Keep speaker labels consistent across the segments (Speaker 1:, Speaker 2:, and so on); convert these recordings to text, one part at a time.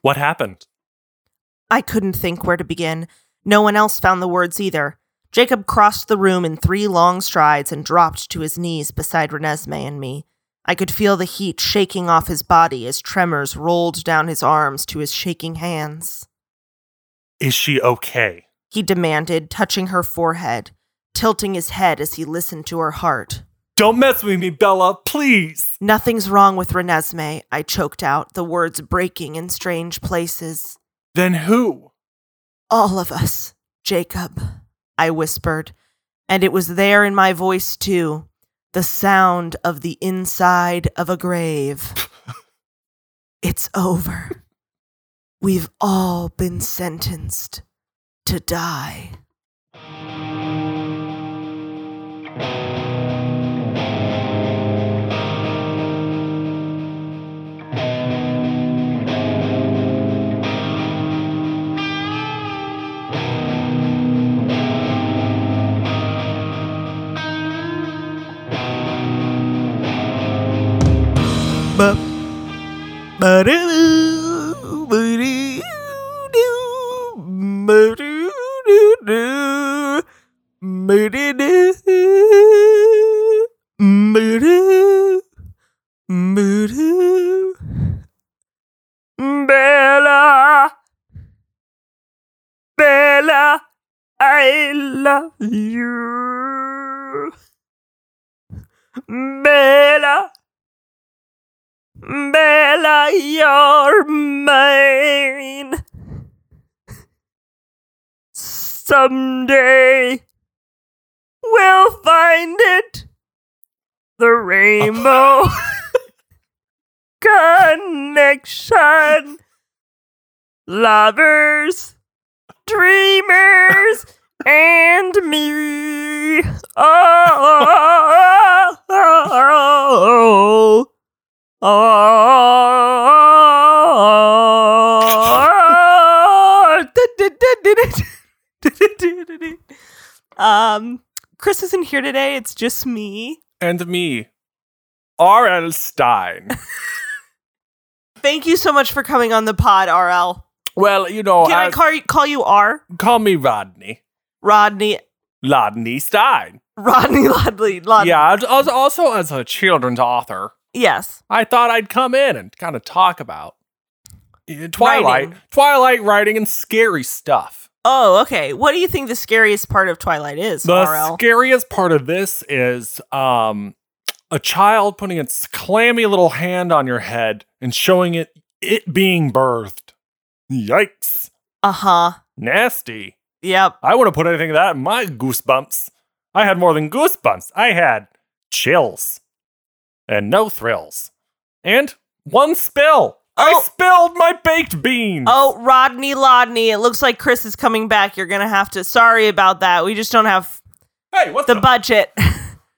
Speaker 1: What happened?
Speaker 2: I couldn't think where to begin. No one else found the words either. Jacob crossed the room in three long strides and dropped to his knees beside Renesmee and me. I could feel the heat shaking off his body as tremors rolled down his arms to his shaking hands.
Speaker 1: Is she okay?
Speaker 2: He demanded, touching her forehead, tilting his head as he listened to her heart.
Speaker 1: Don't mess with me, Bella, please.
Speaker 2: Nothing's wrong with Renesmee, I choked out, the words breaking in strange places.
Speaker 1: Then who?
Speaker 2: All of us, Jacob, I whispered, and it was there in my voice, too the sound of the inside of a grave. it's over. We've all been sentenced to die. Bella, Bella, I love you. Bella, Bella, you're mine. Someday we'll find it. The rainbow connection. Lovers, dreamers, and me. Oh, oh, oh, oh, oh,
Speaker 1: Ah!
Speaker 2: oh, oh, oh. Um, Chris isn't here today. It's just me.
Speaker 1: And me, R.L. Stein.
Speaker 2: Thank you so much for coming on the pod, RL.
Speaker 1: Well, you know, uh,
Speaker 2: Can I
Speaker 1: Oh, as-
Speaker 2: call you, call you R?
Speaker 1: call me Rodney.
Speaker 2: Rodney,
Speaker 1: Rodney Stein.
Speaker 2: Rodney Ludley. Lud-
Speaker 1: yeah, as- as- also as a children's author,
Speaker 2: Yes.
Speaker 1: I thought I'd come in and kind of talk about uh, Twilight,
Speaker 2: Writing.
Speaker 1: Twilight writing and scary stuff.
Speaker 2: Oh, okay. What do you think the scariest part of Twilight is,
Speaker 1: The
Speaker 2: RL?
Speaker 1: scariest part of this is um, a child putting its clammy little hand on your head and showing it it being birthed. Yikes!
Speaker 2: Uh huh.
Speaker 1: Nasty.
Speaker 2: Yep.
Speaker 1: I wouldn't put anything of that in my goosebumps. I had more than goosebumps. I had chills and no thrills and one spill.
Speaker 2: Oh.
Speaker 1: I spilled my baked beans.
Speaker 2: Oh, Rodney Lodney. It looks like Chris is coming back. You're going to have to. Sorry about that. We just don't have
Speaker 1: Hey, what's
Speaker 2: the
Speaker 1: the,
Speaker 2: budget.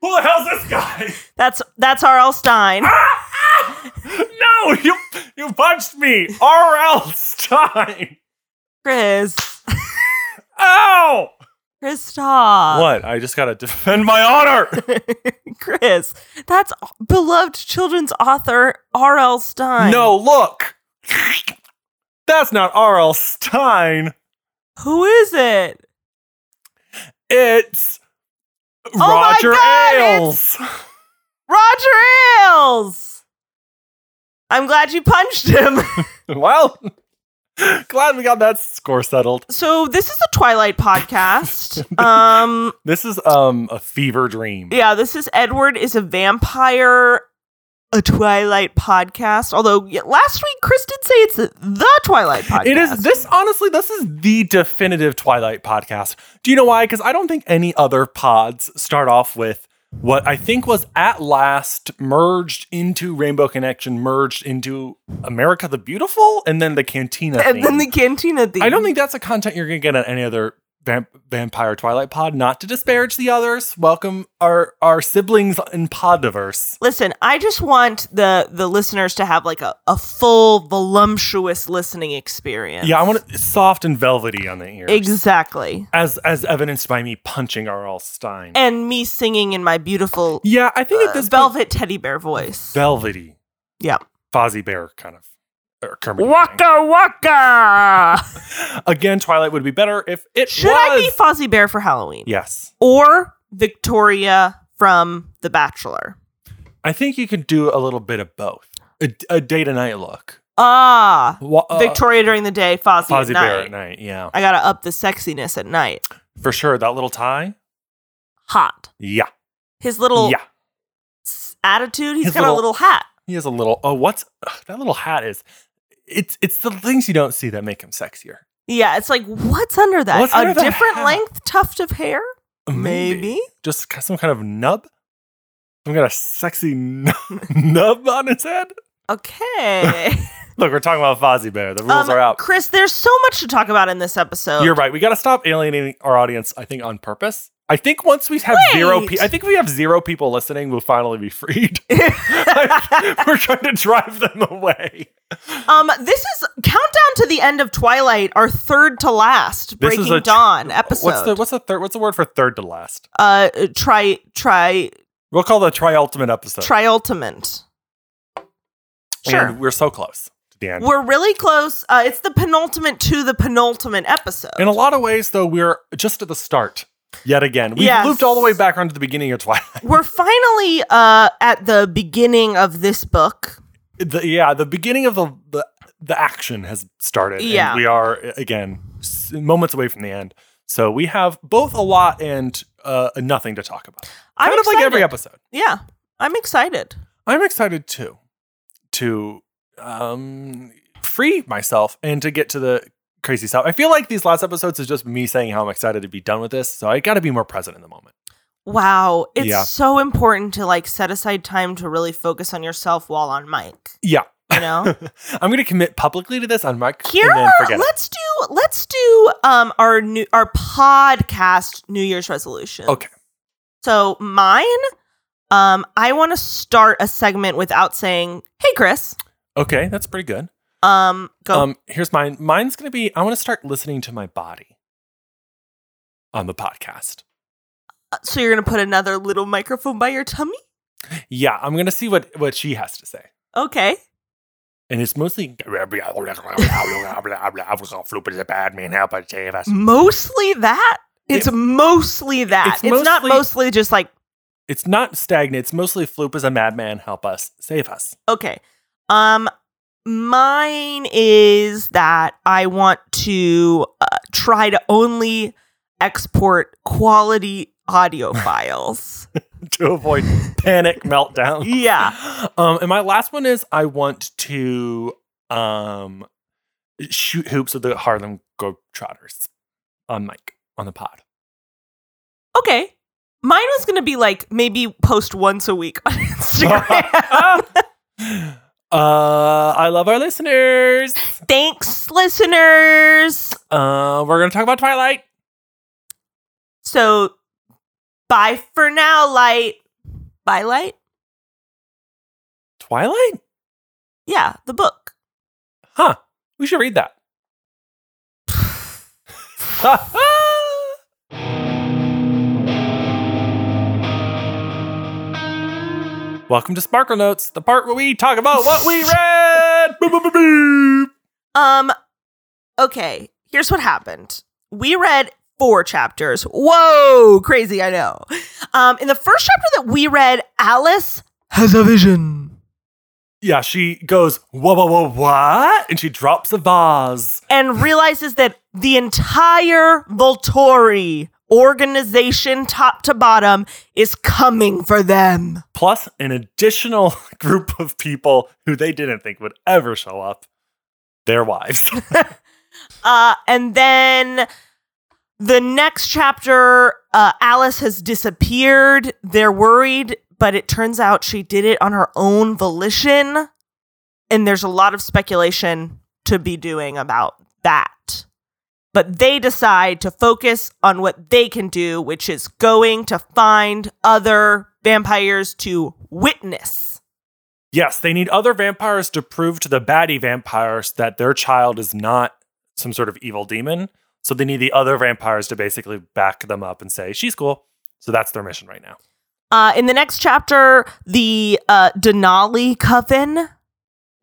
Speaker 1: who the hell's this guy?
Speaker 2: that's that's R.L. Stein.
Speaker 1: Ah! no, you you punched me. R.L. Stein.
Speaker 2: Chris.
Speaker 1: Ow!
Speaker 2: Chris, stop.
Speaker 1: what? I just gotta defend my honor.
Speaker 2: Chris, that's beloved children's author R.L. Stein.
Speaker 1: no, look. That's not R.L. Stein.
Speaker 2: Who is it?
Speaker 1: It's
Speaker 2: Oh my
Speaker 1: Roger
Speaker 2: God,
Speaker 1: Ailes.
Speaker 2: Roger Ailes! I'm glad you punched him.
Speaker 1: well, glad we got that score settled.
Speaker 2: so this is a Twilight podcast. Um
Speaker 1: This is um a fever dream.
Speaker 2: yeah, this is Edward is a vampire a Twilight podcast. Although yeah, last week Chris did say it's the Twilight podcast.
Speaker 1: It is this honestly this is the definitive Twilight podcast. Do you know why? Cuz I don't think any other pods start off with what I think was at last merged into Rainbow Connection, merged into America the Beautiful and then the Cantina
Speaker 2: and
Speaker 1: theme.
Speaker 2: then the cantina theme.
Speaker 1: I don't think that's the content you're going to get on any other vamp- vampire Twilight pod. Not to disparage the others. Welcome our our siblings in Podiverse.
Speaker 2: Listen, I just want the the listeners to have like a, a full voluptuous listening experience.
Speaker 1: Yeah, I want it soft and velvety on the ears,
Speaker 2: Exactly.
Speaker 1: as as evidenced by me punching R.L. Stein.
Speaker 2: And me singing in my beautiful
Speaker 1: yeah, I think
Speaker 2: uh,
Speaker 1: at this point-
Speaker 2: velvet teddy bear voice.
Speaker 1: velvety
Speaker 2: yeah.
Speaker 1: Fozzie Bear kind of or Kermit. the Frog.
Speaker 2: Waka waka.
Speaker 1: Again, Twilight would be better if it
Speaker 2: Should
Speaker 1: was.
Speaker 2: I be Fozzie Bear for Halloween?
Speaker 1: yes.
Speaker 2: Or Victoria from The Bachelor?
Speaker 1: I think you could do a little bit of both. A, a day to night look.
Speaker 2: Ah,
Speaker 1: Wa- uh,
Speaker 2: Victoria during the day, Fozzie,
Speaker 1: Fozzie
Speaker 2: at night.
Speaker 1: Bear at night. Yeah.
Speaker 2: I gotta up the sexiness at night.
Speaker 1: For sure. That little tie.
Speaker 2: Hot.
Speaker 1: Yeah.
Speaker 2: His little
Speaker 1: Yeah.
Speaker 2: s- attitude. He's
Speaker 1: His
Speaker 2: got a
Speaker 1: little-
Speaker 2: little hat.
Speaker 1: He has a little, oh, what's ugh, that little hat is? It's it's the things you don't see that make him sexier.
Speaker 2: Yeah, it's like what's under that?
Speaker 1: What's
Speaker 2: a
Speaker 1: under that
Speaker 2: different
Speaker 1: hat?
Speaker 2: length tuft of hair?
Speaker 1: Just k- some kind of nub. Some kind of sexy nub, nub on his head.
Speaker 2: Okay.
Speaker 1: Look, we're talking about Fozzie Bear. The rules
Speaker 2: Um,
Speaker 1: are out.
Speaker 2: Chris, there's so much to talk about in this episode.
Speaker 1: You're right. We got to stop alienating our audience. I think on purpose. I think once we have zero, pe-
Speaker 2: Wait.
Speaker 1: I think if we have zero people listening. We'll finally be freed. Like, we're trying to drive them away.
Speaker 2: um, this is countdown to the end of Twilight, our third to last
Speaker 1: This is
Speaker 2: Breaking
Speaker 1: a tr-
Speaker 2: Dawn episode.
Speaker 1: What's the what's the third? What's the word for third to last?
Speaker 2: uh, try try
Speaker 1: We'll call the triultimate episode.
Speaker 2: triultimate. Sure,
Speaker 1: And we're so close to the end.
Speaker 2: we're really close. Uh, it's the penultimate to the penultimate episode.
Speaker 1: In a lot of ways, though, we're just at the start. Yet again, we've
Speaker 2: Yes.
Speaker 1: looped all the way back onto the beginning of Twilight.
Speaker 2: we're finally uh, at the beginning of this book.
Speaker 1: The, yeah, the beginning of the, the the action has started. and
Speaker 2: Yeah.
Speaker 1: we are again s- moments away from the end. So we have both a lot and uh, nothing to talk about.
Speaker 2: I'm
Speaker 1: kind of like every
Speaker 2: excited.
Speaker 1: episode.
Speaker 2: Yeah, I'm excited.
Speaker 1: I'm excited too to um, free myself and to get to the crazy stuff. I feel like these last episodes is just me saying how I'm excited to be done with this. So I got to be more present in the moment.
Speaker 2: Wow, it's
Speaker 1: Yeah.
Speaker 2: so important to like set aside time to really focus on yourself while on mic.
Speaker 1: Yeah,
Speaker 2: You know,
Speaker 1: I'm going to commit publicly to this on my
Speaker 2: here
Speaker 1: and then
Speaker 2: are,
Speaker 1: forget it.
Speaker 2: let's do let's do um our new our podcast New Year's resolution.
Speaker 1: Okay.
Speaker 2: So mine, um, I want to start a segment without saying, "Hey, Chris."
Speaker 1: Okay, that's pretty good.
Speaker 2: Um, go.
Speaker 1: Um, here's mine. Mine's gonna be I want to start listening to my body on the podcast.
Speaker 2: so you're gonna put another little microphone by your tummy.
Speaker 1: Yeah, I'm gonna see what what she has to say,
Speaker 2: Okay.
Speaker 1: and it's mostly
Speaker 2: Mostly that. It's mostly that.
Speaker 1: it's
Speaker 2: It's, not
Speaker 1: mostly-
Speaker 2: mostly just like
Speaker 1: it's not stagnant. It's mostly Floop is a madman. Help us, save us.
Speaker 2: okay. Um, mine is that I want to uh, try to only export quality audio files.
Speaker 1: to avoid panic meltdown.
Speaker 2: yeah.
Speaker 1: Um, and my last one is I want to um shoot hoops with the Harlem Globetrotters on mic on the pod.
Speaker 2: Okay. Mine was gonna be like maybe post once a week on Instagram.
Speaker 1: uh, I love our listeners.
Speaker 2: Thanks, listeners.
Speaker 1: Uh, we're gonna talk about Twilight.
Speaker 2: So, bye for now, light. Bye, light.
Speaker 1: Twilight?
Speaker 2: Yeah, the book.
Speaker 1: Huh? We should read that. Welcome to Sparkle Notes, the part where we talk about what we read. Boop, boop, boop, boop.
Speaker 2: Um, okay, here's what happened. We read four chapters. Whoa, crazy, I know. Um, in the first chapter that we read, Alice has a vision.
Speaker 1: Yeah, she goes, whoa, whoa, whoa, what? And she drops a vase.
Speaker 2: And realizes that the entire Volturi organization, top to bottom, is coming for them.
Speaker 1: plus an additional group of people who they didn't think would ever show up their wives.
Speaker 2: Uh, and then the next chapter, uh, Alice has disappeared. They're worried, but it turns out she did it on her own volition. And there's a lot of speculation to be doing about that. But they decide to focus on what they can do, which is going to find other vampires to witness.
Speaker 1: yes, they need other vampires to prove to the baddie vampires that their child is not some sort of evil demon. So they need the other vampires to basically back them up and say, she's cool. So that's their mission right now.
Speaker 2: Uh, in the next chapter, the uh, Denali coven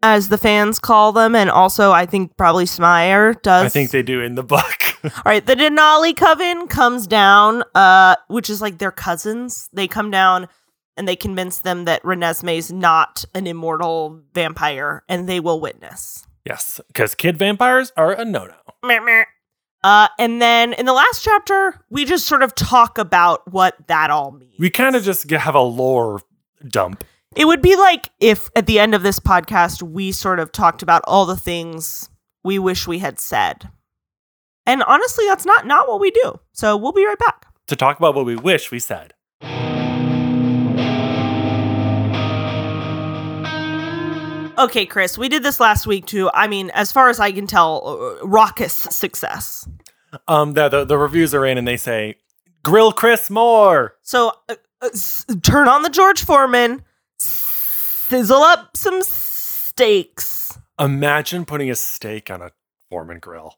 Speaker 2: as the fans call them, and also I think probably Smire does.
Speaker 1: I think they do in the book.
Speaker 2: All right, the Denali Coven comes down, uh, which is like their cousins. They come down and they convince them that Renesmee is not an immortal vampire, and they will witness.
Speaker 1: yes, because kid vampires are a no no.
Speaker 2: Meh, meh. Uh, and then in the last chapter, we just sort of talk about what that all means.
Speaker 1: We kind of just g- have a lore dump.
Speaker 2: It would be like if at the end of this podcast, we sort of talked about all the things we wish we had said. And honestly, that's not not what we do. So we'll be right back.
Speaker 1: to talk about what we wish we said.
Speaker 2: Okay, Chris, we did this last week too. I mean, as far as I can tell, uh, raucous success.
Speaker 1: Um, the, the the reviews are in, and they say, "Grill Chris more."
Speaker 2: So uh, uh, s- turn on the George Foreman, sizzle up some steaks.
Speaker 1: Imagine putting a steak on a Foreman grill.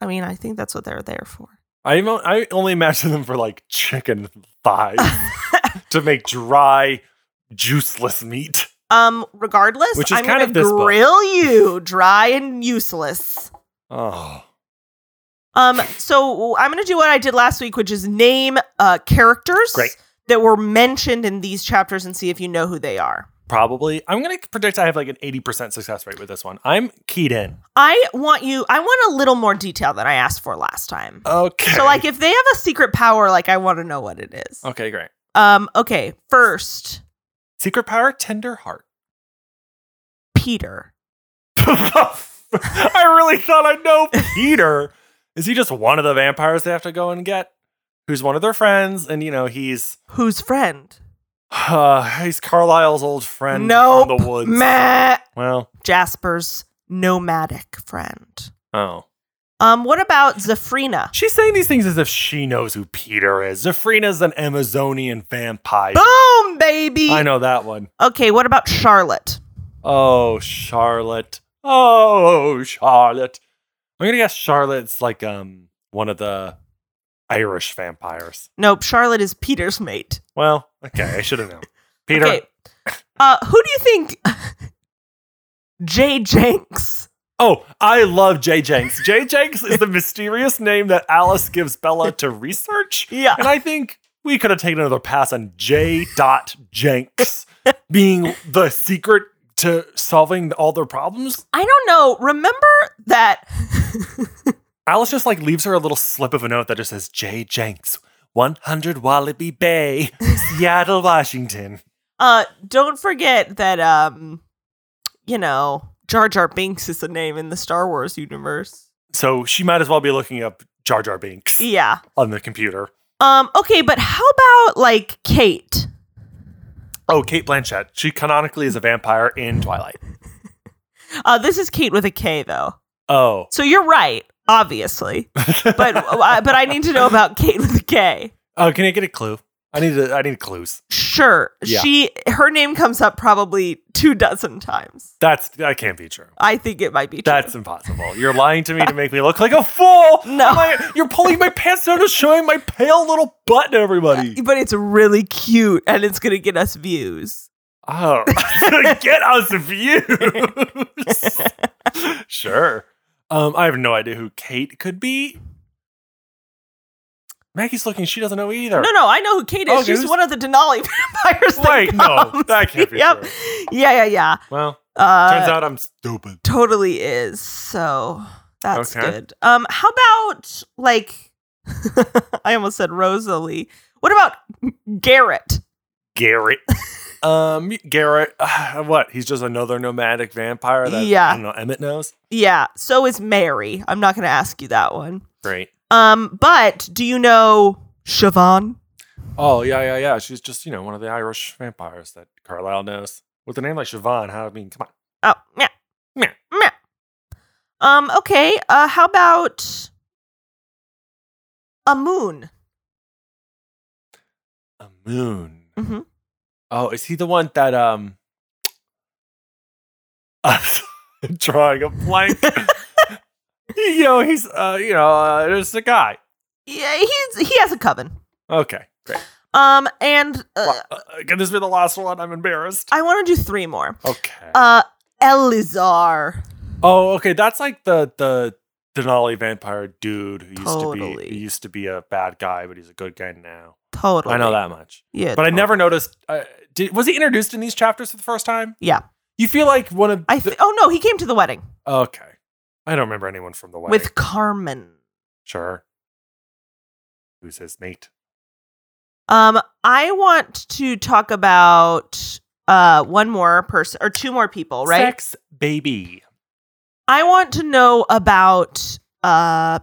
Speaker 2: I mean, I think that's what they're there for.
Speaker 1: I even- I only imagine them for like chicken thighs to make dry, juiceless meat.
Speaker 2: um, regardless,
Speaker 1: Which is
Speaker 2: I'm
Speaker 1: kind
Speaker 2: gonna
Speaker 1: of this book.
Speaker 2: grill you dry and useless.
Speaker 1: Oh,
Speaker 2: Um, so I'm gonna do what I did last week, which is name uh characters
Speaker 1: Great.
Speaker 2: that were mentioned in these chapters and see if you know who they are.
Speaker 1: probably. I'm gonna predict I have like an eighty percent success rate with this one. I'm keyed in.
Speaker 2: I want you. I want a little more detail than I asked for last time.
Speaker 1: Okay. Oh.
Speaker 2: So, like, if they have a secret power, like, I want to know what it is.
Speaker 1: okay, great.
Speaker 2: Um. Okay. First,
Speaker 1: Secret power, tender heart.
Speaker 2: Peter.
Speaker 1: I really thought I'd know Peter. Is he just one of the vampires they have to go and get? Who's one of their friends? And you know, he's
Speaker 2: Who's friend?
Speaker 1: uh, he's Carlisle's old friend
Speaker 2: Nope.
Speaker 1: from the woods.
Speaker 2: Meh.
Speaker 1: Well,
Speaker 2: Jasper's nomadic friend.
Speaker 1: oh.
Speaker 2: Um. What about Zafrina?
Speaker 1: She's saying these things as if she knows who Peter is. Zafrina's an Amazonian vampire.
Speaker 2: Boom, baby.
Speaker 1: I know that one.
Speaker 2: Okay. What about Charlotte?
Speaker 1: Oh, Charlotte. Oh, Charlotte. I'm gonna guess Charlotte's like um one of the Irish vampires.
Speaker 2: Nope. Charlotte is Peter's mate.
Speaker 1: Well, okay, I should have known. Peter.
Speaker 2: Okay. Uh, who do you think? Jay Jenks.
Speaker 1: Oh, I love Jay Jenks. Jay Jenks is the mysterious name that Alice gives Bella to research.
Speaker 2: Yeah.
Speaker 1: And I think we could have taken another pass on J. Dot Jenks being the secret to solving all their problems.
Speaker 2: I don't know. Remember that
Speaker 1: Alice just like leaves her a little slip of a note that just says J. Jenks, 100 Wallaby Bay, Seattle, Washington.
Speaker 2: Uh, don't forget that um, you know, Jar Jar Binks is a name in the Star Wars universe.
Speaker 1: So she might as well be looking up Jar Jar Binks
Speaker 2: Yeah.
Speaker 1: on the computer.
Speaker 2: Um. Okay, but how about like Kate?
Speaker 1: Oh, Kate Blanchett. She canonically is a vampire in Twilight.
Speaker 2: Uh, this is Kate with a K though.
Speaker 1: Oh.
Speaker 2: So you're right, obviously. But uh, but I need to know about Kate with a K.
Speaker 1: Oh, can I get a clue? I need a, I need clues.
Speaker 2: Sure.
Speaker 1: Yeah.
Speaker 2: She her name comes up probably two dozen times.
Speaker 1: That's that can't be true.
Speaker 2: I think it might be true.
Speaker 1: That's impossible. You're lying to me to make me look like a fool.
Speaker 2: No.
Speaker 1: My- you're pulling my pants down and showing my pale little butt to everybody.
Speaker 2: Uh, but it's really cute and it's gonna get us views.
Speaker 1: Oh, get us views. sure. Um, I have no idea who Kate could be. Maggie's looking. She doesn't know either.
Speaker 2: No, no, I know who Kate is.
Speaker 1: Okay,
Speaker 2: She's
Speaker 1: Oh, who's-
Speaker 2: one of the Denali vampires. that
Speaker 1: Wait, no,
Speaker 2: comes.
Speaker 1: that can't be
Speaker 2: Yep.
Speaker 1: true.
Speaker 2: Yeah, yeah, yeah.
Speaker 1: Well, turns
Speaker 2: Uh,
Speaker 1: out I'm stupid.
Speaker 2: totally is. So that's
Speaker 1: Okay.
Speaker 2: good. Um, how about like? I almost said Rosalie. What about Garrett?
Speaker 1: Garrett. um, Garrett. uh, what? He's just another nomadic vampire. That,
Speaker 2: Yeah.
Speaker 1: I don't know. Emmett knows.
Speaker 2: Yeah. So is Mary. I'm not going to ask you that one.
Speaker 1: Great.
Speaker 2: Um, but do you know Siobhan?
Speaker 1: Oh yeah, yeah, yeah. She's just you know one of the Irish vampires that Carlisle knows. With a name like Siobhan, how I mean, come on.
Speaker 2: Oh, yeah.
Speaker 1: Meh.
Speaker 2: Meh. Um, okay. Uh, how about a moon?
Speaker 1: A moon.
Speaker 2: hmm
Speaker 1: Oh, is he the one that um? drawing a blank. you know he's uh you know uh, there's a guy.
Speaker 2: Yeah, he's he has a coven.
Speaker 1: Okay, great.
Speaker 2: Um, and uh,
Speaker 1: Well, uh, can this be the last one? I'm embarrassed.
Speaker 2: I want to do three more.
Speaker 1: Okay.
Speaker 2: Uh, Elizar.
Speaker 1: Oh, okay. That's like the the Denali vampire dude who used to be
Speaker 2: Totally.
Speaker 1: he used to be a bad guy, but he's a good guy now.
Speaker 2: Totally.
Speaker 1: I know that much,
Speaker 2: Yeah.
Speaker 1: but I never noticed. Uh, did, was he introduced in these chapters for the first time?
Speaker 2: Yeah.
Speaker 1: You feel like one of
Speaker 2: I th- oh no, he came to the wedding,
Speaker 1: the, okay. I don't remember anyone from the wedding.
Speaker 2: with Carmen.
Speaker 1: sure, who's his mate?
Speaker 2: Um, I want to talk about uh one more person or two more people, right?
Speaker 1: Sex baby.
Speaker 2: I want to know about uh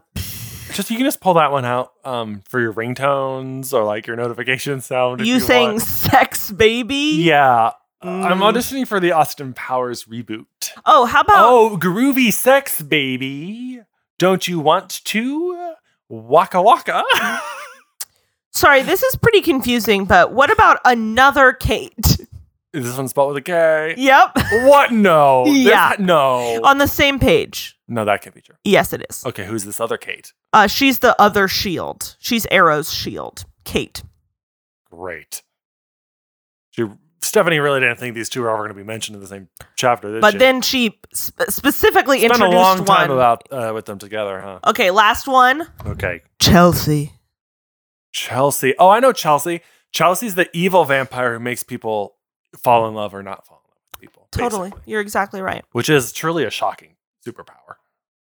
Speaker 1: Just you can just pull that one out um, for your ringtones or like your notification sound. if
Speaker 2: you
Speaker 1: you
Speaker 2: saying
Speaker 1: want.
Speaker 2: sex baby.
Speaker 1: Yeah, I'm
Speaker 2: Mm.
Speaker 1: auditioning for the Austin Powers reboot.
Speaker 2: Oh, how about
Speaker 1: Oh, groovy sex, baby. Don't you want to? Waka waka.
Speaker 2: sorry, this is pretty confusing, but what about another Kate?
Speaker 1: Is this one spelled with a K?
Speaker 2: yep.
Speaker 1: What? No. There's
Speaker 2: Yeah. Uh,
Speaker 1: not- no.
Speaker 2: On the same page.
Speaker 1: no, that can't be true.
Speaker 2: Yes, it is.
Speaker 1: Okay, who's this other Kate?
Speaker 2: Uh she's the other shield. She's Arrow's shield. Kate.
Speaker 1: Great. She, Stephanie really didn't think these two were ever going to be mentioned in the same chapter. Did
Speaker 2: But
Speaker 1: she?
Speaker 2: then she sp- specifically
Speaker 1: spent a
Speaker 2: introduced
Speaker 1: long time
Speaker 2: one.
Speaker 1: about uh, with them together, huh?
Speaker 2: okay, last one.
Speaker 1: Okay,
Speaker 2: Chelsea.
Speaker 1: Chelsea. Oh, I know Chelsea. Chelsea's the evil vampire who makes people fall in love or not fall in love with people.
Speaker 2: Totally.
Speaker 1: basically.
Speaker 2: You're exactly right.
Speaker 1: which is truly a shocking superpower.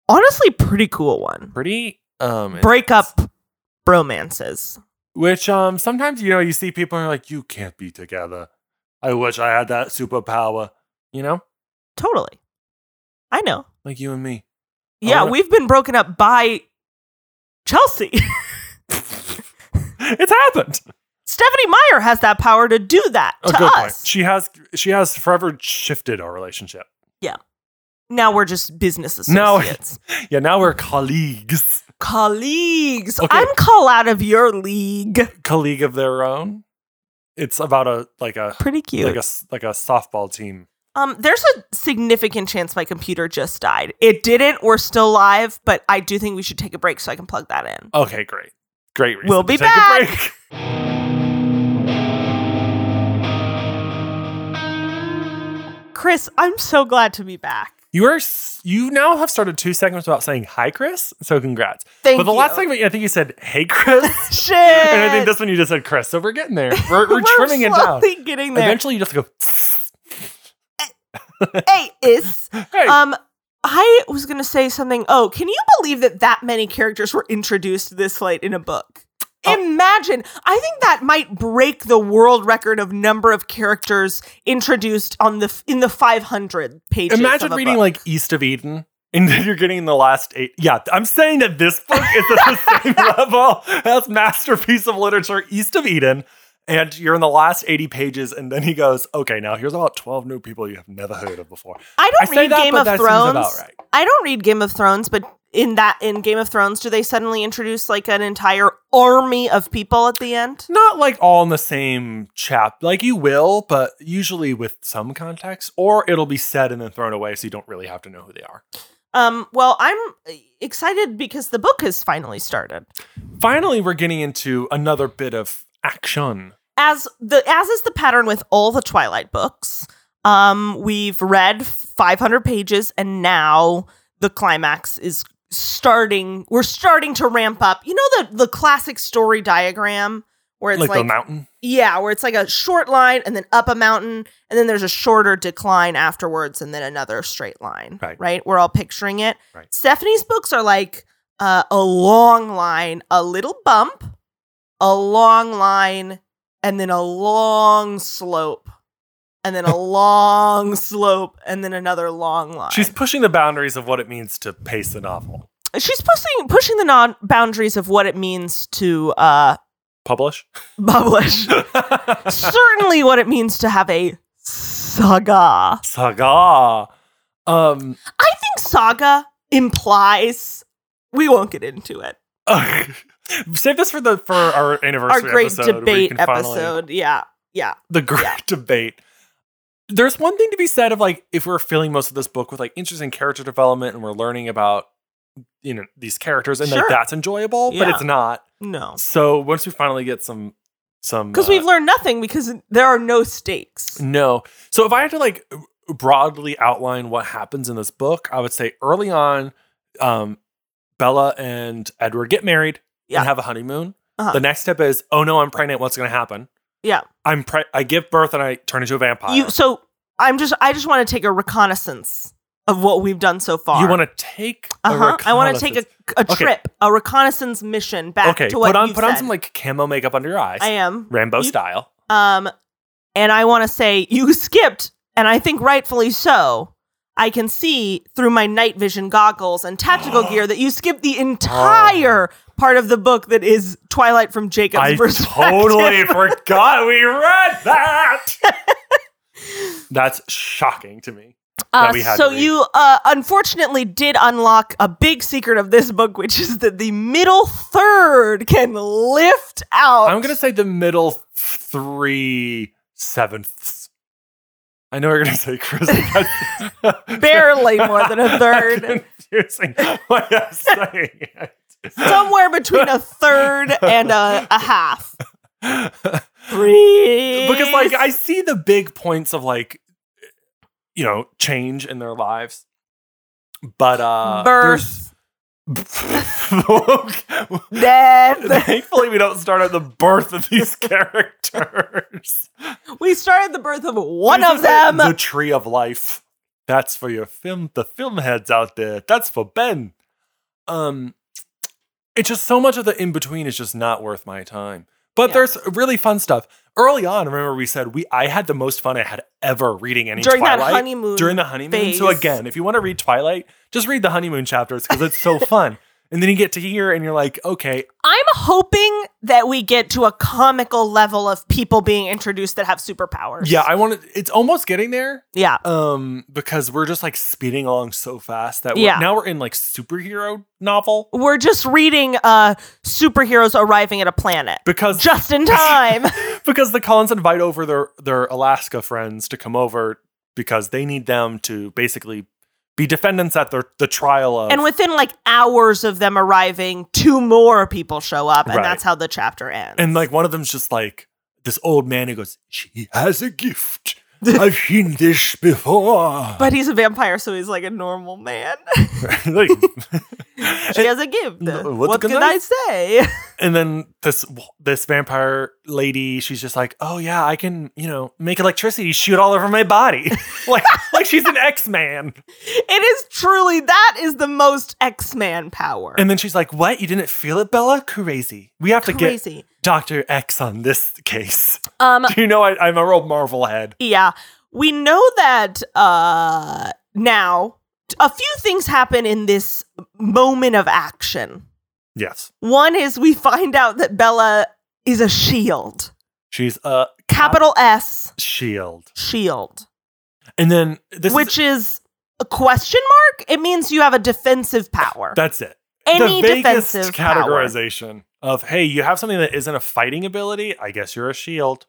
Speaker 2: Honestly, pretty cool one.
Speaker 1: Pretty um
Speaker 2: Breakup romances.
Speaker 1: Which um sometimes you know you see people and are like, you can't be together. I wish I had that superpower. You know,
Speaker 2: Totally. I know.
Speaker 1: like you and me.
Speaker 2: Yeah,
Speaker 1: no.
Speaker 2: we've been broken up by Chelsea.
Speaker 1: it's happened.
Speaker 2: Stephanie Meyer has that power to do that
Speaker 1: A
Speaker 2: to
Speaker 1: good point.
Speaker 2: us.
Speaker 1: She has she has forever shifted our relationship.
Speaker 2: Now we're just business
Speaker 1: No.
Speaker 2: associates.
Speaker 1: Yeah, now we're colleagues,
Speaker 2: Colleagues.
Speaker 1: Okay.
Speaker 2: I'm call out of your league.
Speaker 1: colleague of their own. It's about a like a
Speaker 2: Pretty cute.
Speaker 1: like a s- like a softball team.
Speaker 2: Um, there's a significant chance my computer just died. It didn't. We're still live, but I do think we should take a break so I can plug that in.
Speaker 1: Okay, great, great. reason
Speaker 2: We'll
Speaker 1: to
Speaker 2: be
Speaker 1: take a
Speaker 2: back.
Speaker 1: break.
Speaker 2: Chris, I'm so glad to be back.
Speaker 1: You are s- you now have started two segments without saying hi, Chris. So congrats.
Speaker 2: Thank
Speaker 1: but the
Speaker 2: you.
Speaker 1: last segment, I think you said hey, Chris,
Speaker 2: Shit.
Speaker 1: and I think this one you just said Chris. So we're getting there. We're, we're, trimming it down.
Speaker 2: slowly getting there.
Speaker 1: Eventually, you just go. "Tss."
Speaker 2: Hey, is
Speaker 1: Hey,
Speaker 2: um, I was gonna say something. Oh, can you believe that that many characters were introduced this late in a book?
Speaker 1: Oh.
Speaker 2: Imagine. I think that might break the world record of number of characters introduced on the f- in the 500 pages.
Speaker 1: imagine
Speaker 2: of a
Speaker 1: reading
Speaker 2: book.
Speaker 1: like East of Eden, and then you're getting the last eight. Yeah, I'm saying that this book is at the same level as masterpiece of literature, East of Eden. And you're in the last 80 pages, and then he goes, "Okay, now here's about 12 new people you have never heard of before."
Speaker 2: I
Speaker 1: I
Speaker 2: don't
Speaker 1: say
Speaker 2: read
Speaker 1: that,
Speaker 2: Game
Speaker 1: but
Speaker 2: of
Speaker 1: that seems
Speaker 2: Thrones.
Speaker 1: about right.
Speaker 2: I don't read Game of Thrones, but in that in Game of Thrones, do they suddenly introduce like an entire army of people at the end?
Speaker 1: not like all in the same chap like you will but usually with some context or it'll be said and then thrown away so you don't really have to know who they are
Speaker 2: Um, well, I'm excited because the book has finally started.
Speaker 1: finally we're getting into another bit of action
Speaker 2: As the as is the pattern with all the Twilight books, um, we've read 500 pages, and now the climax is starting. We're starting to ramp up. You know the the classic story diagram where it's
Speaker 1: like,
Speaker 2: like,
Speaker 1: the mountain
Speaker 2: yeah, where it's like a short line and then up a mountain, and then there's a shorter decline afterwards, and then another straight line.
Speaker 1: Right.
Speaker 2: We're all picturing it.
Speaker 1: Right.
Speaker 2: Stephanie's books are like uh, a long line, a little bump, a long line, and then a long slope, and then a long slope, and then another long line.
Speaker 1: she's pushing the boundaries of what it means to pace the novel
Speaker 2: she's pushing pushing the non boundaries of what it means to uh,
Speaker 1: publish
Speaker 2: publish. Certainly, what it means to have a saga.
Speaker 1: saga um
Speaker 2: I think saga implies we won't get into it.
Speaker 1: save this for the for our
Speaker 2: Our
Speaker 1: anniversary
Speaker 2: great
Speaker 1: episode where you
Speaker 2: debate
Speaker 1: can finally-
Speaker 2: episode. Yeah. Yeah.
Speaker 1: the great debate. There's one thing to be said of like if we're filling most of this book with like interesting character development and we're learning about you know these characters and
Speaker 2: Sure.
Speaker 1: like that's enjoyable, but
Speaker 2: Yeah.
Speaker 1: it's not.
Speaker 2: No.
Speaker 1: So once we finally get some some
Speaker 2: Because
Speaker 1: uh,
Speaker 2: we've learned nothing because there are no stakes.
Speaker 1: no. So if I had to like broadly outline what happens in this book, I would say early on, um, Bella and Edward get married
Speaker 2: Yeah.
Speaker 1: and have a honeymoon.
Speaker 2: Uh-huh.
Speaker 1: The next step is, oh no, I'm pregnant. What's going to happen?
Speaker 2: Yeah.
Speaker 1: I'm pre- I give birth and I turn into a vampire.
Speaker 2: You so I'm just I just want to take a reconnaissance of what we've done so far.
Speaker 1: You want to take? a
Speaker 2: uh-huh. I want to take a,
Speaker 1: reconnaissance.
Speaker 2: a
Speaker 1: Okay.
Speaker 2: trip, a reconnaissance mission back
Speaker 1: okay.
Speaker 2: to what
Speaker 1: put on
Speaker 2: you've
Speaker 1: put on
Speaker 2: said.
Speaker 1: some like camo makeup under your eyes,
Speaker 2: I am.
Speaker 1: Rambo
Speaker 2: You-
Speaker 1: style.
Speaker 2: Um, and I want to say you skipped, and I think rightfully so. I can see through my night vision goggles and tactical gear that you skipped the entire part of the book that is Twilight from Jacob's
Speaker 1: Oh. I
Speaker 2: perspective.
Speaker 1: totally forgot we read that. That's shocking to me.
Speaker 2: Uh,
Speaker 1: we had
Speaker 2: so
Speaker 1: to read.
Speaker 2: you uh, unfortunately did unlock a big secret of this book, which is that the middle third can lift out.
Speaker 1: I'm gonna say the middle three sevenths. I know you're gonna say Chris.
Speaker 2: barely more than a third,
Speaker 1: Confusing what I'm saying.
Speaker 2: somewhere between a third and a, a half. Please.
Speaker 1: because like I see the big points of like you know change in their lives, but uh,
Speaker 2: birth,
Speaker 1: there's-
Speaker 2: death.
Speaker 1: Thankfully, we don't start at the birth of these characters.
Speaker 2: we started the birth of one
Speaker 1: This
Speaker 2: of
Speaker 1: is like
Speaker 2: them.
Speaker 1: the tree of life. That's for your film, the film heads out there. That's for Ben. Um, it's just so much of the in between is just not worth my time. But
Speaker 2: Yeah.
Speaker 1: there's really fun stuff. Early on, remember we said we I had the most fun I had ever reading any
Speaker 2: during
Speaker 1: Twilight
Speaker 2: that honeymoon.
Speaker 1: during the honeymoon. So
Speaker 2: phase.
Speaker 1: again, if you want to read Twilight, just read the honeymoon chapters because it's so fun. And then you get to here, and you're like, okay,
Speaker 2: I'm hoping that we get to a comical level of people being introduced that have superpowers.
Speaker 1: yeah, I want to. It's almost getting there.
Speaker 2: yeah.
Speaker 1: um because we're just like speeding along so fast that we're,
Speaker 2: Yeah.
Speaker 1: now we're in like superhero novel
Speaker 2: We're just reading uh, superheroes arriving at a planet
Speaker 1: because
Speaker 2: just in time.
Speaker 1: because the Collins invite over their their Alaska friends to come over because they need them to basically be defendants at their the trial of
Speaker 2: and within like hours of them arriving, two more people show up, and
Speaker 1: Right.
Speaker 2: that's how the chapter ends.
Speaker 1: and like one of them's just like this old man who goes she has a gift I've seen this before
Speaker 2: but he's a vampire, so he's like a normal man.
Speaker 1: Like-
Speaker 2: she has a gift.
Speaker 1: No, what
Speaker 2: what
Speaker 1: can
Speaker 2: can
Speaker 1: I-
Speaker 2: I say?
Speaker 1: and then this this vampire lady, she's just like, "Oh yeah, I can, you know, make electricity shoot all over my body." like like she's an X-Man.
Speaker 2: It is truly that is the most X Man power.
Speaker 1: And then she's like, "What? You didn't feel it, Bella? Crazy. We have to get
Speaker 2: Crazy.
Speaker 1: Dr. X on this case."
Speaker 2: Um,
Speaker 1: Do you know I, I'm a real Marvel head?
Speaker 2: yeah, we know that uh, now. A few things happen in this moment of action.
Speaker 1: Yes.
Speaker 2: One is we find out that Bella is a shield,
Speaker 1: She's a
Speaker 2: capital S
Speaker 1: shield.
Speaker 2: shield,
Speaker 1: And then this is,
Speaker 2: which is a question mark. It means you have a defensive power.
Speaker 1: that's it.
Speaker 2: Any
Speaker 1: the vaguest
Speaker 2: defensive power.
Speaker 1: categorization of hey, you have something that isn't a fighting ability, I guess you're a shield.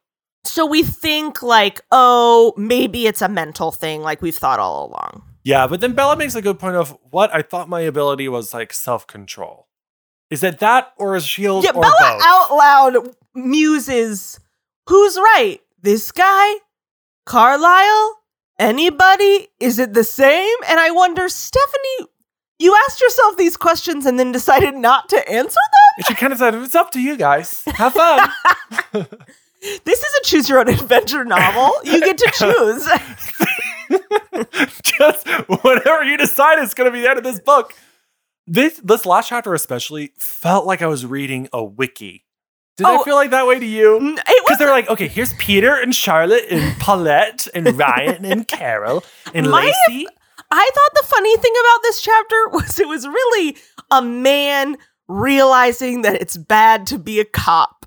Speaker 2: So we think like, oh, maybe it's a mental thing, like we've thought all along.
Speaker 1: Yeah, but then Bella makes a good point of what I thought my ability was like self control. Is it that or is shield
Speaker 2: Yeah,
Speaker 1: or
Speaker 2: Bella
Speaker 1: both?
Speaker 2: out loud muses, who's right? This guy? Carlisle? Anybody? Is it the same? And I wonder, Stephanie, you asked yourself these questions and then decided not to answer
Speaker 1: And she kind of said, "It's up to you guys. Have fun.
Speaker 2: them? This is a choose your own adventure novel. You get to choose.
Speaker 1: Just whatever you decide is going to be the end of this book." This this last chapter especially felt like I was reading a wiki. Did
Speaker 2: Oh.
Speaker 1: I feel like that way to you?
Speaker 2: N- it
Speaker 1: Because
Speaker 2: was
Speaker 1: they're like, okay, here's Peter and Charlotte and Paulette and Ryan and Carol and
Speaker 2: My-
Speaker 1: Lacey.
Speaker 2: I thought the funny thing about this chapter was it was really a man realizing that it's bad to be a cop.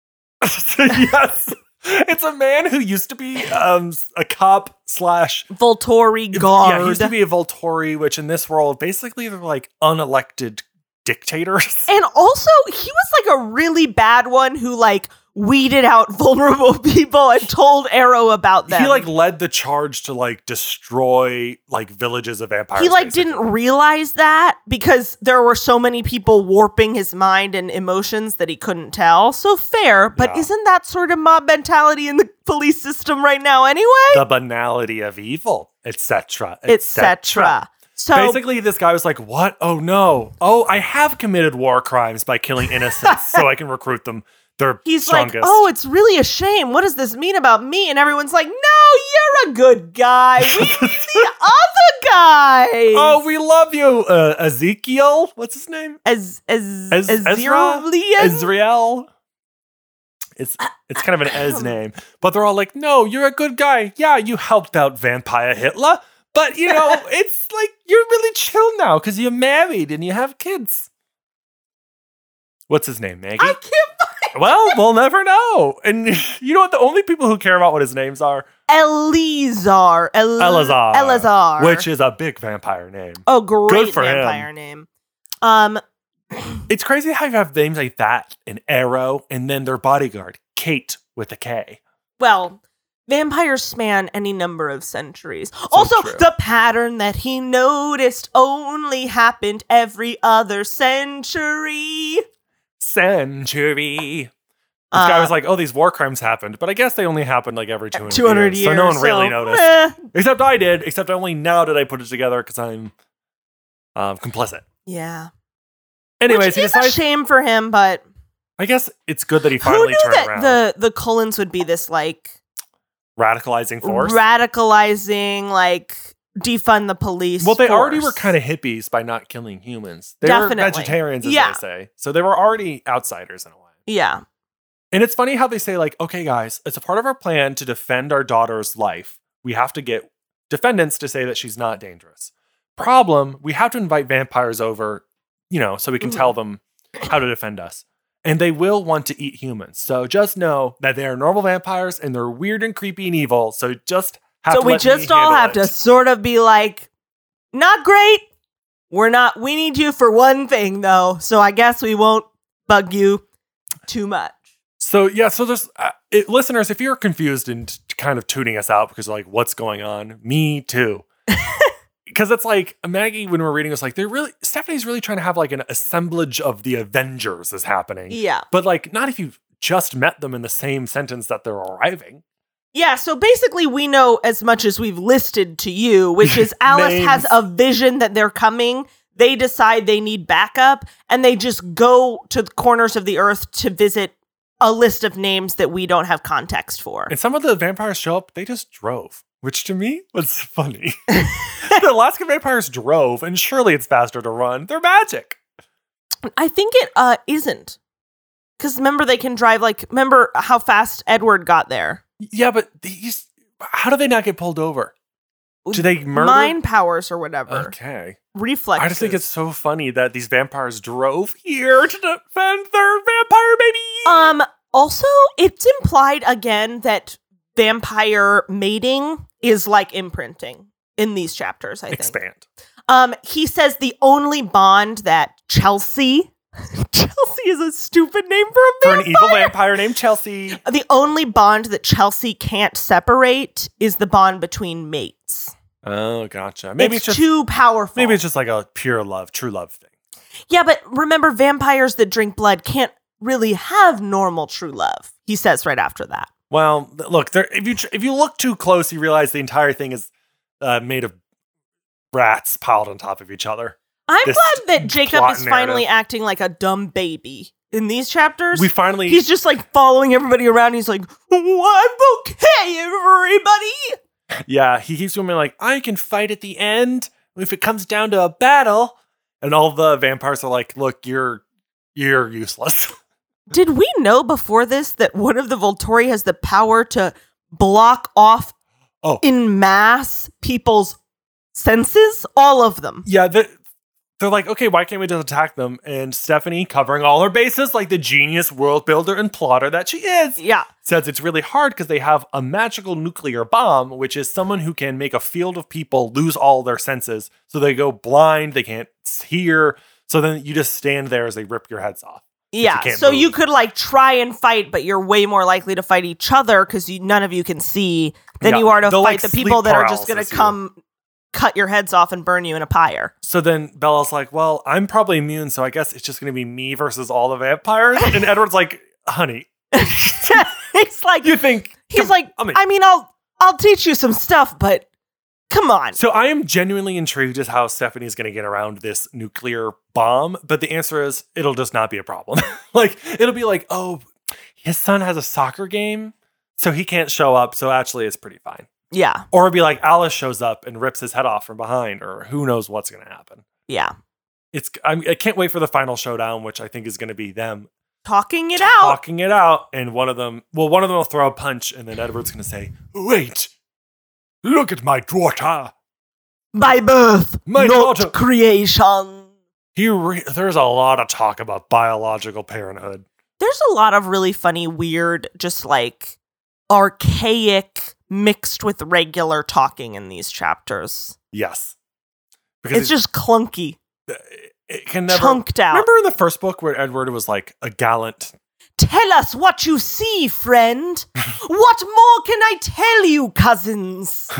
Speaker 1: yes. It's a man who used to be um, a cop slash
Speaker 2: Volturi
Speaker 1: Yeah, he
Speaker 2: guard.
Speaker 1: used to be a Volturi, which in this world basically they're like unelected dictators.
Speaker 2: and also, he was like a really bad one who like weeded out vulnerable people and told Arrow about them.
Speaker 1: He like led the charge to like destroy like villages of vampires.
Speaker 2: he like
Speaker 1: basically.
Speaker 2: didn't realize that because there were so many people warping his mind and emotions that he couldn't tell. So fair, but
Speaker 1: Yeah.
Speaker 2: isn't that sort of mob mentality in the police system right now anyway?
Speaker 1: the banality of evil, etc.
Speaker 2: Etc. So
Speaker 1: Basically, this guy was like, What? Oh no. Oh, I have committed war crimes by killing innocents so I can recruit them. They're
Speaker 2: he's
Speaker 1: strongest.
Speaker 2: like, "Oh, it's really a shame. What does this mean about me?" And everyone's like, "No, you're a good guy. We need the other guy."
Speaker 1: Oh, we love you, uh, Ezekiel. What's his name?
Speaker 2: as as
Speaker 1: Ez-
Speaker 2: as
Speaker 1: Ezra?
Speaker 2: Azraelian?
Speaker 1: Ezreal. It's it's kind of an Ez name, but they're all like, "No, you're a good guy. Yeah, you helped out Vampire Hitler, but you know, it's like you're really chill now because you're married and you have kids." What's his name, Maggie?
Speaker 2: I can't.
Speaker 1: well, we'll never know. And you know what? The only people who care about what his names are,
Speaker 2: Elizar. El-
Speaker 1: Elazar,
Speaker 2: Elazar.
Speaker 1: which is a big vampire name.
Speaker 2: oh, great
Speaker 1: Good for him.
Speaker 2: vampire name. Um,
Speaker 1: It's crazy how you have names like that and Arrow, and then their bodyguard, Kate with a K.
Speaker 2: well, vampires span any number of centuries. also,
Speaker 1: true.
Speaker 2: the pattern that he noticed only happened every other century.
Speaker 1: Century. This guy
Speaker 2: Uh,
Speaker 1: was like, "Oh, these war crimes happened, but I guess they only happened like every 200,
Speaker 2: 200 years,
Speaker 1: so no one really
Speaker 2: so,
Speaker 1: noticed.
Speaker 2: eh.
Speaker 1: Except I did. Except only now did I put it together because I'm um, complicit.
Speaker 2: yeah.
Speaker 1: Anyways,
Speaker 2: Which
Speaker 1: he
Speaker 2: is a
Speaker 1: decides.
Speaker 2: shame for him, but
Speaker 1: I guess it's good that he
Speaker 2: who
Speaker 1: finally
Speaker 2: knew
Speaker 1: turned
Speaker 2: that
Speaker 1: around.
Speaker 2: the the Cullens would be this like
Speaker 1: radicalizing force.
Speaker 2: radicalizing, like defund the police.
Speaker 1: well, they already
Speaker 2: force.
Speaker 1: were kind of hippies by not killing humans. They were
Speaker 2: Definitely.
Speaker 1: vegetarians, as
Speaker 2: Yeah.
Speaker 1: they say. So they were already outsiders in a way.
Speaker 2: yeah,
Speaker 1: And it's funny how they say, like, okay, guys, it's a part of our plan to defend our daughter's life. We have to get defendants to say that she's not dangerous. Problem, we have to invite vampires over, you know, so we can
Speaker 2: Mhm.
Speaker 1: tell them how to defend us. And they will want to eat humans. So just know that they are normal vampires and they're weird and creepy and evil. So just have
Speaker 2: so
Speaker 1: to
Speaker 2: we
Speaker 1: let
Speaker 2: just
Speaker 1: me
Speaker 2: all
Speaker 1: handle
Speaker 2: have
Speaker 1: it.
Speaker 2: to sort of be like, not great. We're not. We need you for one thing though, so I guess we won't bug you too much.
Speaker 1: So yeah, so there's uh, it, listeners. If you're confused and t- kind of tuning us out because like what's going on, me too. Because it's like Maggie when we we're reading, it's like they're really Stephanie's really trying to have like an assemblage of the Avengers is happening,
Speaker 2: Yeah,
Speaker 1: but like not if you've just met them in the same sentence that they're arriving.
Speaker 2: yeah. So basically, we know as much as we've listed to you, which is Alice has a vision that they're coming. They decide they need backup, and they just go to the corners of the earth to visit a list of names that we don't have context for.
Speaker 1: And some of the vampires show up; they just drove, which to me was funny. the Alaskan vampires drove, and surely it's faster to run. They're magic.
Speaker 2: I think it uh isn't. Cause remember they can drive like remember how fast Edward got there.
Speaker 1: Yeah, but these, how do they not get pulled over? Do they murder?
Speaker 2: Mind powers or whatever.
Speaker 1: Okay.
Speaker 2: Reflexes.
Speaker 1: I just think it's so funny that these vampires drove here to defend their vampire baby.
Speaker 2: um also it's implied again that vampire mating is like imprinting in these chapters, I think.
Speaker 1: Expand.
Speaker 2: Um he says the only bond that Chelsea Chelsea is a stupid name for a
Speaker 1: For an evil vampire named Chelsea.
Speaker 2: The only bond that Chelsea can't separate is the bond between mates.
Speaker 1: Oh, gotcha. Maybe it's,
Speaker 2: it's,
Speaker 1: just
Speaker 2: too powerful.
Speaker 1: maybe it's just like a pure love, true love thing.
Speaker 2: yeah, but remember, vampires that drink blood can't really have normal true love. He says right after that.
Speaker 1: Well, th- look, there, if you tr- if you look too close, you realize the entire thing is uh, made of rats piled on top of each other.
Speaker 2: I'm
Speaker 1: This
Speaker 2: glad that Jacob
Speaker 1: plot
Speaker 2: is finally
Speaker 1: narrative.
Speaker 2: acting like a dumb baby in these chapters.
Speaker 1: We finally
Speaker 2: He's just like following everybody around. He's like, "I'm okay, everybody."
Speaker 1: Yeah, he keeps going like, I can fight at the end if it comes down to a battle. And all the vampires are like, look, you're you're useless.
Speaker 2: Did we know before this that one of the Volturi has the power to block off
Speaker 1: Oh.
Speaker 2: in mass people's senses? All of them.
Speaker 1: yeah, the, they're like, okay, why can't we just attack them? And Stephanie, covering all her bases like the genius world builder and plotter that she is,
Speaker 2: Yeah.
Speaker 1: says it's really hard because they have a magical nuclear bomb, which is someone who can make a field of people lose all their senses. So they go blind, they can't hear. So then you just stand there as they rip your heads off.
Speaker 2: Yeah,
Speaker 1: can't
Speaker 2: so
Speaker 1: move.
Speaker 2: you could like try and fight, but you're way more likely to fight each other because you, none of you can see than
Speaker 1: Yeah,
Speaker 2: you are to
Speaker 1: they'll, like,
Speaker 2: fight the people
Speaker 1: sleep
Speaker 2: that are just going
Speaker 1: paralysis
Speaker 2: to
Speaker 1: you.
Speaker 2: come cut your heads off and burn you in a pyre.
Speaker 1: So then Bella's like, well, I'm probably immune, so I guess it's just going to be me versus all the vampires. And Edward's like, honey,
Speaker 2: He's like,
Speaker 1: you think.
Speaker 2: he's like,
Speaker 1: I mean-
Speaker 2: I mean, I'll I'll teach you some stuff, but come on.
Speaker 1: So I am genuinely intrigued as how Stephanie's going to get around this nuclear bomb, but the answer is it'll just not be a problem. like, it'll be like, oh, his son has a soccer game, so he can't show up, so actually it's pretty fine.
Speaker 2: Yeah,
Speaker 1: Or it'd be like Alice shows up and rips his head off from behind, or who knows what's going to happen.
Speaker 2: yeah,
Speaker 1: It's I'm, I can't wait for the final showdown, which I think is going to be them
Speaker 2: talking it out.
Speaker 1: talking it out, and one of them, well, one of them will throw a punch, and then Edward's going to say, "Wait, look at my daughter.
Speaker 2: By birth,
Speaker 1: My
Speaker 2: not
Speaker 1: daughter-
Speaker 2: creation.
Speaker 1: He re- there's a lot of talk about biological parenthood.
Speaker 2: There's a lot of really funny, weird, just like archaic mixed with regular talking in these chapters.
Speaker 1: Yes, because
Speaker 2: It's
Speaker 1: it,
Speaker 2: just clunky,
Speaker 1: it can never.
Speaker 2: chunked out.
Speaker 1: Remember in the first book where Edward was like a gallant.
Speaker 2: Tell us what you see, friend. what more can I tell you, cousins?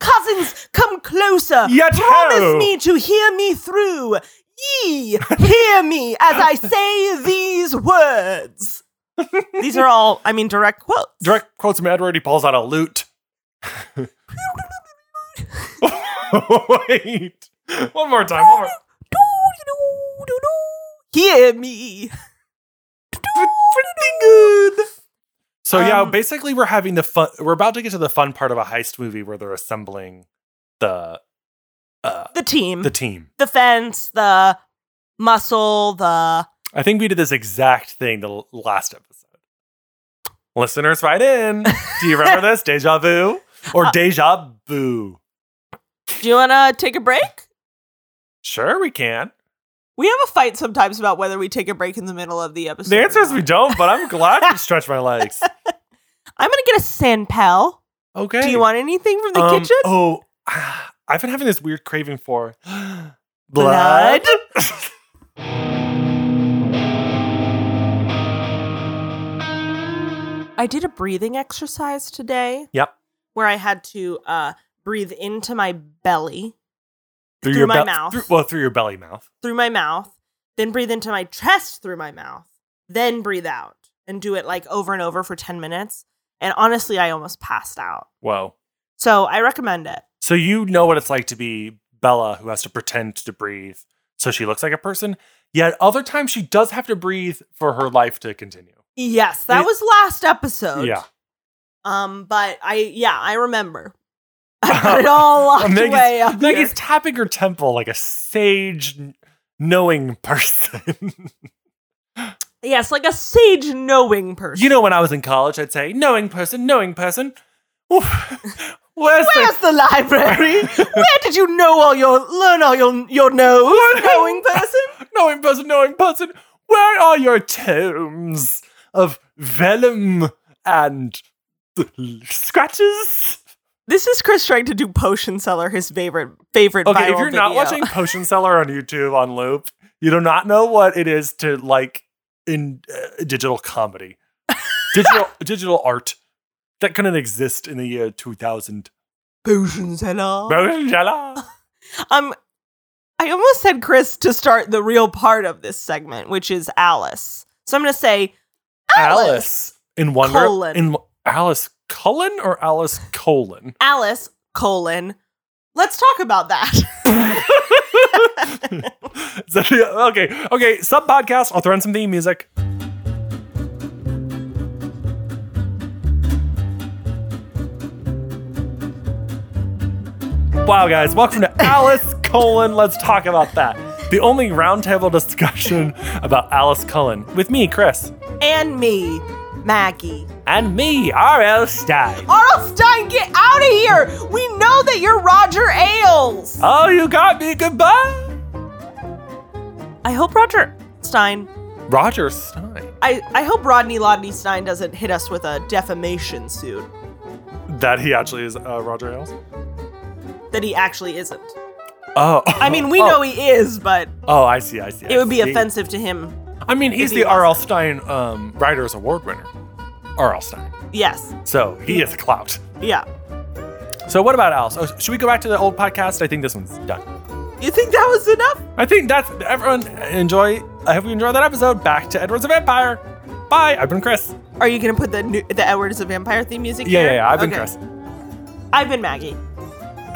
Speaker 2: cousins, come closer.
Speaker 1: Yet
Speaker 2: Promise
Speaker 1: ho!
Speaker 2: me to hear me through. Ye, hear me as I say these words. These are all, I mean, direct quotes.
Speaker 1: Direct quotes from Edward. He pulls out a lute. Wait, one more time. One more.
Speaker 2: Hear me.
Speaker 1: pretty good. So yeah,
Speaker 2: Um,
Speaker 1: basically we're having the fun. We're about to get to the fun part of a heist movie where they're assembling the uh,
Speaker 2: The team,
Speaker 1: the
Speaker 2: the,
Speaker 1: team.
Speaker 2: fence, the muscle, the.
Speaker 1: I think we did this exact thing the l- last episode. Listeners, write in. Do you remember this deja vu
Speaker 2: Uh,
Speaker 1: or deja vu?
Speaker 2: Do you want to take a break?
Speaker 1: Sure, we can.
Speaker 2: We have a fight sometimes about whether we take a break in the middle of the episode.
Speaker 1: The
Speaker 2: or
Speaker 1: answer is
Speaker 2: not.
Speaker 1: we don't, but I'm glad we stretched my legs.
Speaker 2: I'm gonna get a sand pal.
Speaker 1: Okay.
Speaker 2: Do you want anything from the
Speaker 1: Um,
Speaker 2: kitchen?
Speaker 1: Oh, ah, I've been having this weird craving for
Speaker 2: Blood? I did a breathing exercise today.
Speaker 1: Yep.
Speaker 2: Where I had to uh, breathe into my belly
Speaker 1: through,
Speaker 2: Through
Speaker 1: your
Speaker 2: my
Speaker 1: bel-
Speaker 2: mouth.
Speaker 1: through- well, through your belly mouth.
Speaker 2: through my mouth, then breathe into my chest through my mouth, then breathe out, and do it like over and over for ten minutes. And honestly, I almost passed out.
Speaker 1: Whoa.
Speaker 2: So I recommend it.
Speaker 1: So you know what it's like to be Bella, who has to pretend to breathe, so she looks like a person. Yet other times she does have to breathe for her life to continue.
Speaker 2: Yes, that
Speaker 1: It-
Speaker 2: was last episode.
Speaker 1: Yeah.
Speaker 2: Um, but I yeah, I remember. I got it all locked
Speaker 1: Meg is-
Speaker 2: away up
Speaker 1: Meg
Speaker 2: here.
Speaker 1: is tapping her temple like a sage, kn- knowing person.
Speaker 2: Yes, like a sage knowing person.
Speaker 1: you know, when I was in college, I'd say, "Knowing person, knowing person." Where's, the
Speaker 2: Where's the library? Where did you know all your learn all your your knows, knowing person?
Speaker 1: knowing person, knowing person, where are your tomes of vellum and scratches?
Speaker 2: This is Chris trying to do potion seller his favorite favorite.
Speaker 1: Okay,
Speaker 2: viral
Speaker 1: if you're not
Speaker 2: video.
Speaker 1: watching Potion Seller on YouTube on loop, you do not know what it is to like in uh, digital comedy, digital digital art that couldn't exist in the year 2000.
Speaker 2: potion seller,
Speaker 1: Potion Seller.
Speaker 2: um, I almost said Chris to start the real part of this segment, which is Alice. So I'm gonna say Alice.
Speaker 1: in Wonder
Speaker 2: Colon.
Speaker 1: in Alice Cullen or Alice Colon.
Speaker 2: Alice colon. Let's talk about that.
Speaker 1: So, yeah, okay, okay. Sub podcast. I'll throw in some theme music. Wow, guys, welcome to Alice Cullen. Let's talk about that. The only roundtable discussion about Alice Cullen with me, Chris,
Speaker 2: and me, Maggie.
Speaker 1: and me, R.L. Stein.
Speaker 2: Arlstein, get out of here! We know that you're Roger Ailes!
Speaker 1: Oh, you got me. Goodbye,
Speaker 2: I hope Roger Stein.
Speaker 1: Roger Stein.
Speaker 2: I, I hope Rodney Lodney Stein doesn't hit us with a defamation suit.
Speaker 1: That he actually is uh, Roger Ailes.
Speaker 2: That he actually isn't.
Speaker 1: Oh,
Speaker 2: I mean, we know he is, but
Speaker 1: Oh, I see. I see.
Speaker 2: it would be
Speaker 1: I see.
Speaker 2: offensive to him
Speaker 1: I mean, he's
Speaker 2: he
Speaker 1: the R.L.
Speaker 2: wasn't.
Speaker 1: Stein um, Writers Award winner. R.L. Stein.
Speaker 2: Yes.
Speaker 1: So he is clout.
Speaker 2: Yeah.
Speaker 1: So what about Alice? Oh, should we go back to the old podcast? I think this one's done.
Speaker 2: You think that was enough?
Speaker 1: I think that's everyone. Enjoy. I hope you enjoyed that episode. Back to Edwards of Empire. Bye. I've been Chris.
Speaker 2: Are you gonna put the new, the Edwards of Vampire theme music?
Speaker 1: Yeah,
Speaker 2: here?
Speaker 1: yeah, yeah. I've been
Speaker 2: Okay.
Speaker 1: Chris.
Speaker 2: I've been Maggie.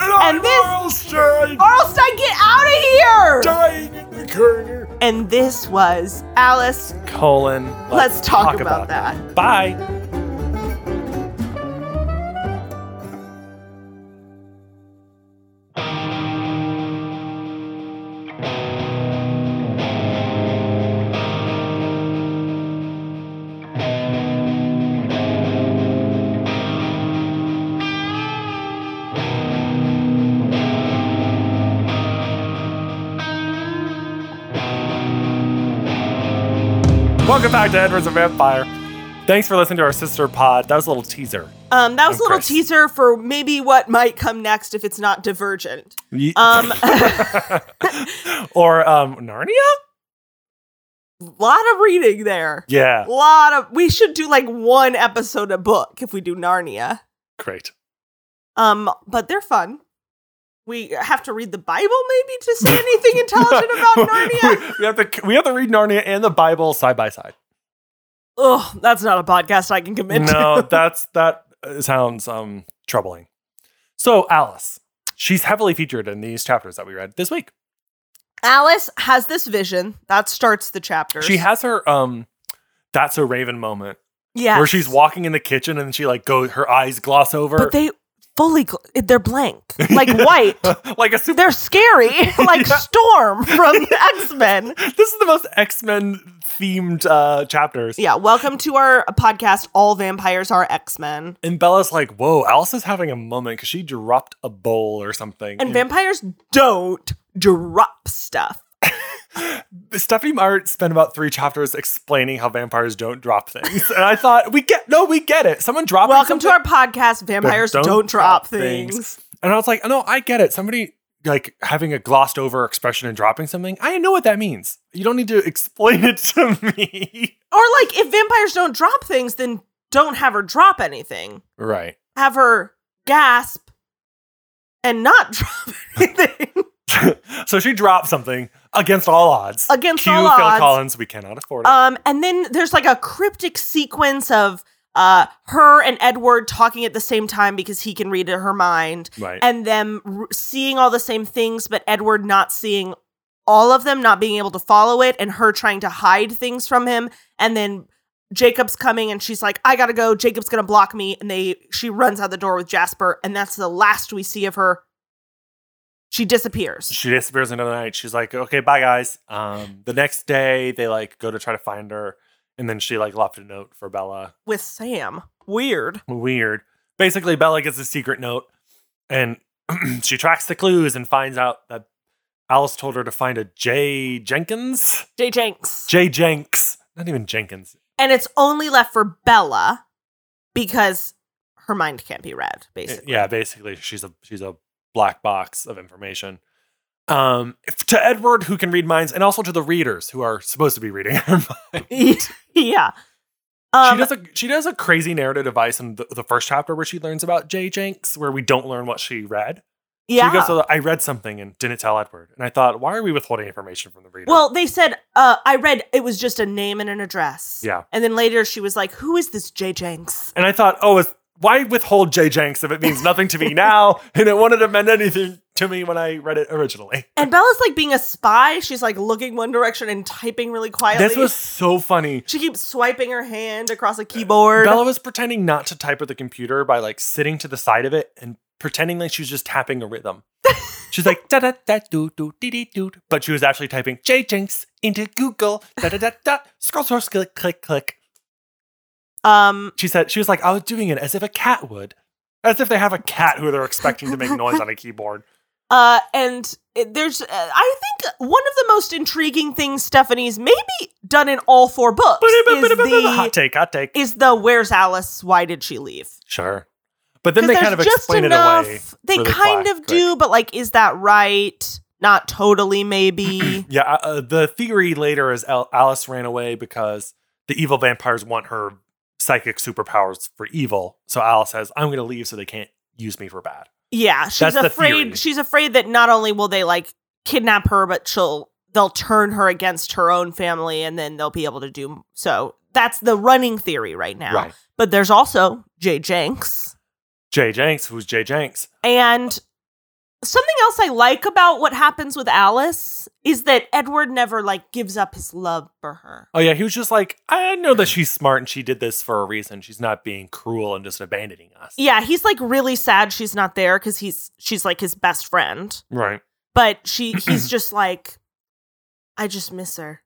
Speaker 1: And,
Speaker 2: And this-
Speaker 1: Stein
Speaker 2: Arlstein, get out of here!
Speaker 1: dying in the corner.
Speaker 2: And this was Alice.
Speaker 1: Colon.
Speaker 2: Let's, talk, about, that.
Speaker 1: that. Bye. Welcome back to Edwards of Empire. Thanks for listening to our sister pod. That was a little teaser.
Speaker 2: Um, that was a little
Speaker 1: Chris.
Speaker 2: teaser for maybe what might come next if it's not Divergent.
Speaker 1: Ye-
Speaker 2: Um,
Speaker 1: or um, Narnia?
Speaker 2: lot of reading there.
Speaker 1: Yeah.
Speaker 2: lot of. We should do like one episode a book if we do Narnia.
Speaker 1: Great.
Speaker 2: Um, but they're fun. We have to read the Bible maybe to say anything intelligent about Narnia.
Speaker 1: we, we have to we have to read Narnia and the Bible side by side.
Speaker 2: Ugh, that's not a podcast I can commit to.
Speaker 1: No, that's that uh, sounds um troubling. So Alice, she's heavily featured in these chapters that we read this week.
Speaker 2: Alice has this vision that starts the chapter.
Speaker 1: She has her um that's a Raven moment
Speaker 2: yeah,
Speaker 1: where she's walking in the kitchen and she like go her eyes gloss over
Speaker 2: but they fully gl- they're blank, like white.
Speaker 1: like a super
Speaker 2: They're scary, like
Speaker 1: Yeah.
Speaker 2: Storm from X Men.
Speaker 1: This is the most X-Men themed uh chapters.
Speaker 2: Yeah, welcome to our podcast. All vampires are X Men,
Speaker 1: And Bella's like, "Whoa, Alice is having a moment because she dropped a bowl or something."
Speaker 2: and vampires don't drop stuff.
Speaker 1: Stephanie Meyer spent about three chapters explaining how vampires don't drop things, and I thought, "We get no, we get it. Someone dropped
Speaker 2: Welcome to our podcast. Vampires don't, drop things.
Speaker 1: And I was like, no, I get it. Somebody like having a glossed over expression and dropping something. I know what that means. You don't need to explain it to me.
Speaker 2: Or like, if vampires don't drop things, then don't have her drop anything.
Speaker 1: Right.
Speaker 2: Have her gasp and not drop anything
Speaker 1: so she dropped something against all odds.
Speaker 2: against
Speaker 1: Cue
Speaker 2: all
Speaker 1: Phil
Speaker 2: odds.
Speaker 1: Collins. We cannot afford it.
Speaker 2: Um, and then there's like a cryptic sequence of uh her and Edward talking at the same time because he can read her mind,
Speaker 1: right.
Speaker 2: and them r- seeing all the same things, but Edward not seeing all of them, not being able to follow it, and her trying to hide things from him, and then. Jacob's coming and she's like, I gotta go. Jacob's gonna block me. And they she runs out the door with Jasper, and that's the last we see of her. She disappears.
Speaker 1: she disappears another night. She's like, okay, bye guys. Um, the next day they like go to try to find her, and then she like left a note for Bella.
Speaker 2: with Sam. Weird.
Speaker 1: Weird. Basically, Bella gets a secret note, and she tracks the clues and finds out that Alice told her to find a J Jenkins,
Speaker 2: Jay Jenks.
Speaker 1: J Jenks, not even Jenkins.
Speaker 2: and it's only left for Bella because her mind can't be read. Basically,
Speaker 1: Eh, Yeah, basically, she's a she's a black box of information. Um, if- to Edward, who can read minds, and also to the readers who are supposed to be reading her mind.
Speaker 2: yeah,
Speaker 1: she
Speaker 2: Um,
Speaker 1: does a she does a crazy narrative device in the, the first chapter where she learns about Jay Jenks, where we don't learn what she read.
Speaker 2: yeah.
Speaker 1: She goes, "So I read something and didn't tell Edward, and I thought, why are we withholding information from the reader?
Speaker 2: well, they said uh, I read it was just a name and an address.
Speaker 1: Yeah.
Speaker 2: and then later she was like, "Who is this J Jenks?"
Speaker 1: and I thought, oh, is, why withhold Jay Jenks if it means nothing to me now, and it wouldn't have meant anything to me when I read it originally?
Speaker 2: And Bella's like being a spy. She's like looking one direction and typing really quietly.
Speaker 1: This was so funny.
Speaker 2: she keeps swiping her hand across a keyboard.
Speaker 1: Bella was pretending not to type at the computer by like sitting to the side of it and pretending like she was just tapping a rhythm. She's like da da da do do dee dee doo, but she was actually typing J Jinx into Google da da da da scroll scroll click click click.
Speaker 2: um,
Speaker 1: She said she was like I was doing it as if a cat would, as if they have a cat who they're expecting to make noise on a keyboard.
Speaker 2: Uh, and it, there's, uh, I think, one of the most intriguing things Stephanie's maybe done in all four books is
Speaker 1: Hot
Speaker 2: the,
Speaker 1: take, hot take.
Speaker 2: is the "Where's Alice? Why did she leave?"
Speaker 1: Sure, but then they
Speaker 2: there's
Speaker 1: kind of explain it away.
Speaker 2: They
Speaker 1: really
Speaker 2: kind
Speaker 1: quick-
Speaker 2: of do, but like, is that right? not totally, maybe.
Speaker 1: Yeah, uh, the theory later is Al- Alice ran away because the evil vampires want her psychic superpowers for evil. So Alice says, "I'm going to leave so they can't use me for bad."
Speaker 2: yeah, she's
Speaker 1: That's the theory.
Speaker 2: afraid. She's afraid that not only will they like kidnap her, but she'll they'll turn her against her own family, and then they'll be able to do so. That's the running theory right now.
Speaker 1: Right.
Speaker 2: But there's also Jay Jenks.
Speaker 1: Jay Jenks, who's Jay Jenks?
Speaker 2: And something else I like about what happens with Alice is that Edward never like gives up his love for her.
Speaker 1: Oh yeah, he was just like, "I know that she's smart and she did this for a reason. She's not being cruel and just abandoning us."
Speaker 2: Yeah, he's like really sad she's not there cuz he's she's like his best friend,
Speaker 1: Right.
Speaker 2: but she he's just like I just miss her.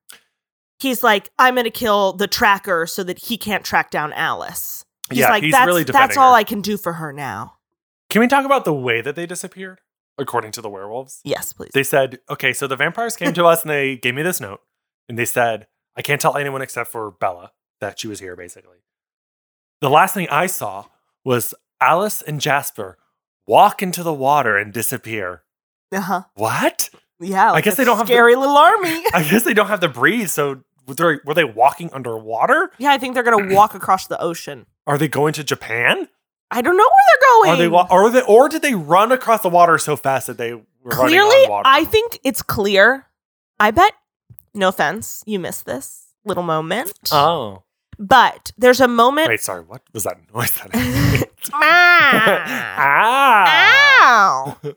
Speaker 2: He's like I'm going to kill the tracker so that he can't track down Alice. He's
Speaker 1: yeah,
Speaker 2: like
Speaker 1: he's
Speaker 2: that's
Speaker 1: really defending
Speaker 2: that's all
Speaker 1: her.
Speaker 2: I can do for her now.
Speaker 1: Can we talk about the way that they disappeared? According to the werewolves,
Speaker 2: Yes, please.
Speaker 1: they said, "Okay, so the vampires came to us and they gave me this note, and they said I can't tell anyone except for Bella that she was here." Basically, the last thing I saw was Alice and Jasper walk into the water and disappear.
Speaker 2: uh-huh.
Speaker 1: What?
Speaker 2: Yeah.
Speaker 1: I
Speaker 2: like
Speaker 1: guess
Speaker 2: a
Speaker 1: they don't have the-
Speaker 2: scary little army.
Speaker 1: I guess they don't have to breathe. So were they, were they walking underwater?
Speaker 2: yeah, I think they're going to walk across the ocean.
Speaker 1: Are they going to Japan?
Speaker 2: I don't know where they're going.
Speaker 1: Are they wa- or they or did they run across the water so fast that they were running
Speaker 2: Clearly,
Speaker 1: on water?
Speaker 2: I think it's clear. I bet, no offense, you missed this little moment.
Speaker 1: oh
Speaker 2: but there's a moment.
Speaker 1: wait, sorry. What was that noise? That I made?
Speaker 2: ah,
Speaker 1: ah.
Speaker 2: ow.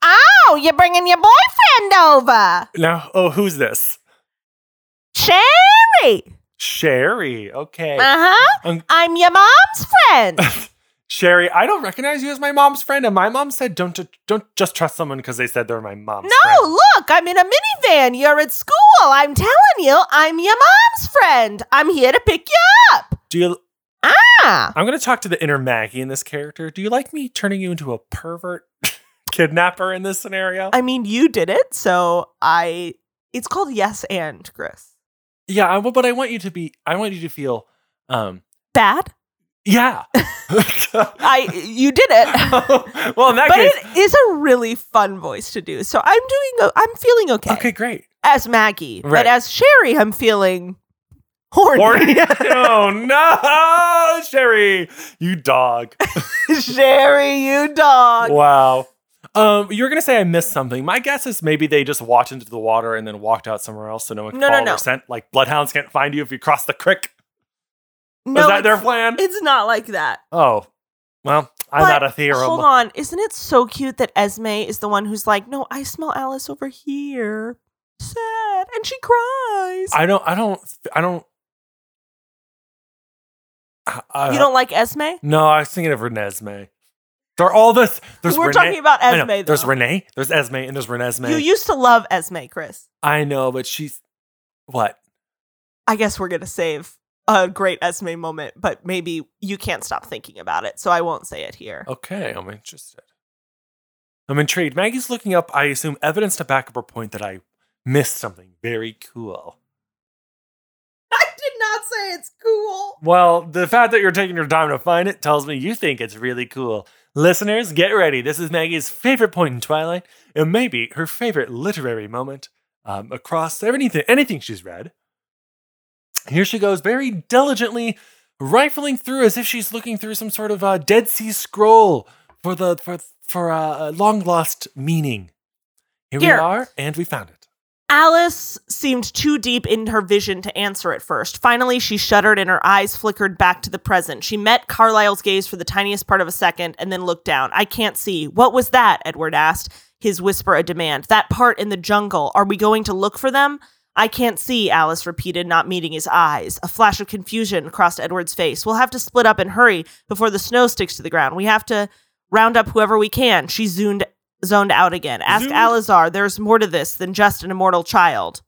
Speaker 2: Ow, you're bringing your boyfriend over.
Speaker 1: Now, oh, who's this?
Speaker 2: Sherry.
Speaker 1: Sherry. Okay.
Speaker 2: Uh huh.
Speaker 1: Um,
Speaker 2: I'm your mom's friend.
Speaker 1: Sherry, I don't recognize you as my mom's friend, and my mom said don't ju- don't just trust someone because they said they're my mom's
Speaker 2: no,
Speaker 1: friend.
Speaker 2: look, I'm in a minivan. You're at school. I'm telling you, I'm your mom's friend. I'm here to pick you up.
Speaker 1: Do you?
Speaker 2: Ah.
Speaker 1: I'm gonna talk to the inner Maggie in this character. Do you like me turning you into a pervert kidnapper in this scenario?
Speaker 2: I mean, you did it, so I. It's called yes and Chris.
Speaker 1: yeah, I, but I want you to be. I want you to feel. um
Speaker 2: Bad.
Speaker 1: Yeah.
Speaker 2: I. You did it.
Speaker 1: well, in that
Speaker 2: But
Speaker 1: case,
Speaker 2: it is a really fun voice to do. So I'm doing. o- I'm feeling okay,
Speaker 1: okay, great.
Speaker 2: as Maggie,
Speaker 1: Right.
Speaker 2: but as Sherry, I'm feeling horny.
Speaker 1: Horny. oh no, Sherry, you dog.
Speaker 2: Sherry, you dog.
Speaker 1: Wow. Um, you were gonna say I missed something. My guess is maybe they just walked into the water and then walked out somewhere else so no one can
Speaker 2: No, no,
Speaker 1: follow
Speaker 2: no.
Speaker 1: their scent. Like bloodhounds can't find you if you cross the creek.
Speaker 2: No,
Speaker 1: is that their
Speaker 2: it's-
Speaker 1: plan?
Speaker 2: It's not like that.
Speaker 1: Oh, well, I'm
Speaker 2: But
Speaker 1: not a theorem.
Speaker 2: Hold on. Isn't it so cute that Esme is the one who's like, "No, I smell Alice over here." Sad, and she cries.
Speaker 1: I don't. I don't. I don't. I, I-
Speaker 2: you don't like Esme?
Speaker 1: uh, No, I was thinking of Renesmee. They're all this. There's
Speaker 2: We're
Speaker 1: Renee-
Speaker 2: talking about
Speaker 1: I know.
Speaker 2: Esme.
Speaker 1: There's
Speaker 2: though.
Speaker 1: Renee. There's Esme, and there's Renesmee.
Speaker 2: You used to love Esme, Chris.
Speaker 1: I know, but she's what?
Speaker 2: I guess we're gonna save a great Esme moment, but maybe you can't stop thinking about it, so I won't say it here.
Speaker 1: Okay, I'm interested. I'm intrigued. Maggie's looking up, I assume, evidence to back up her point that I missed something very cool.
Speaker 2: I did not say it's cool.
Speaker 1: Well, the fact that you're taking your time to find it tells me you think it's really cool. Listeners, get ready. This is Maggie's favorite point in Twilight, and maybe her favorite literary moment um, across anything, anything she's read. Here she goes, very diligently rifling through as if she's looking through some sort of uh, Dead Sea Scroll for the for for uh, long lost meaning. Here,
Speaker 2: Here.
Speaker 1: we are, and we found it.
Speaker 2: Alice seemed too deep in her vision to answer at first. Finally, she shuddered and her eyes flickered back to the present. She met Carlyle's gaze for the tiniest part of a second and then looked down. I can't see. What was that? Edward asked, his whisper a demand. That part in the jungle. Are we going to look for them? I can't see, Alice repeated, not meeting his eyes. A flash of confusion crossed Edward's face. We'll have to split up and hurry before the snow sticks to the ground. We have to round up whoever we can. She zoomed zoned out again. Ask
Speaker 1: Zoomed?
Speaker 2: Alizar, there's more to this than just an immortal child.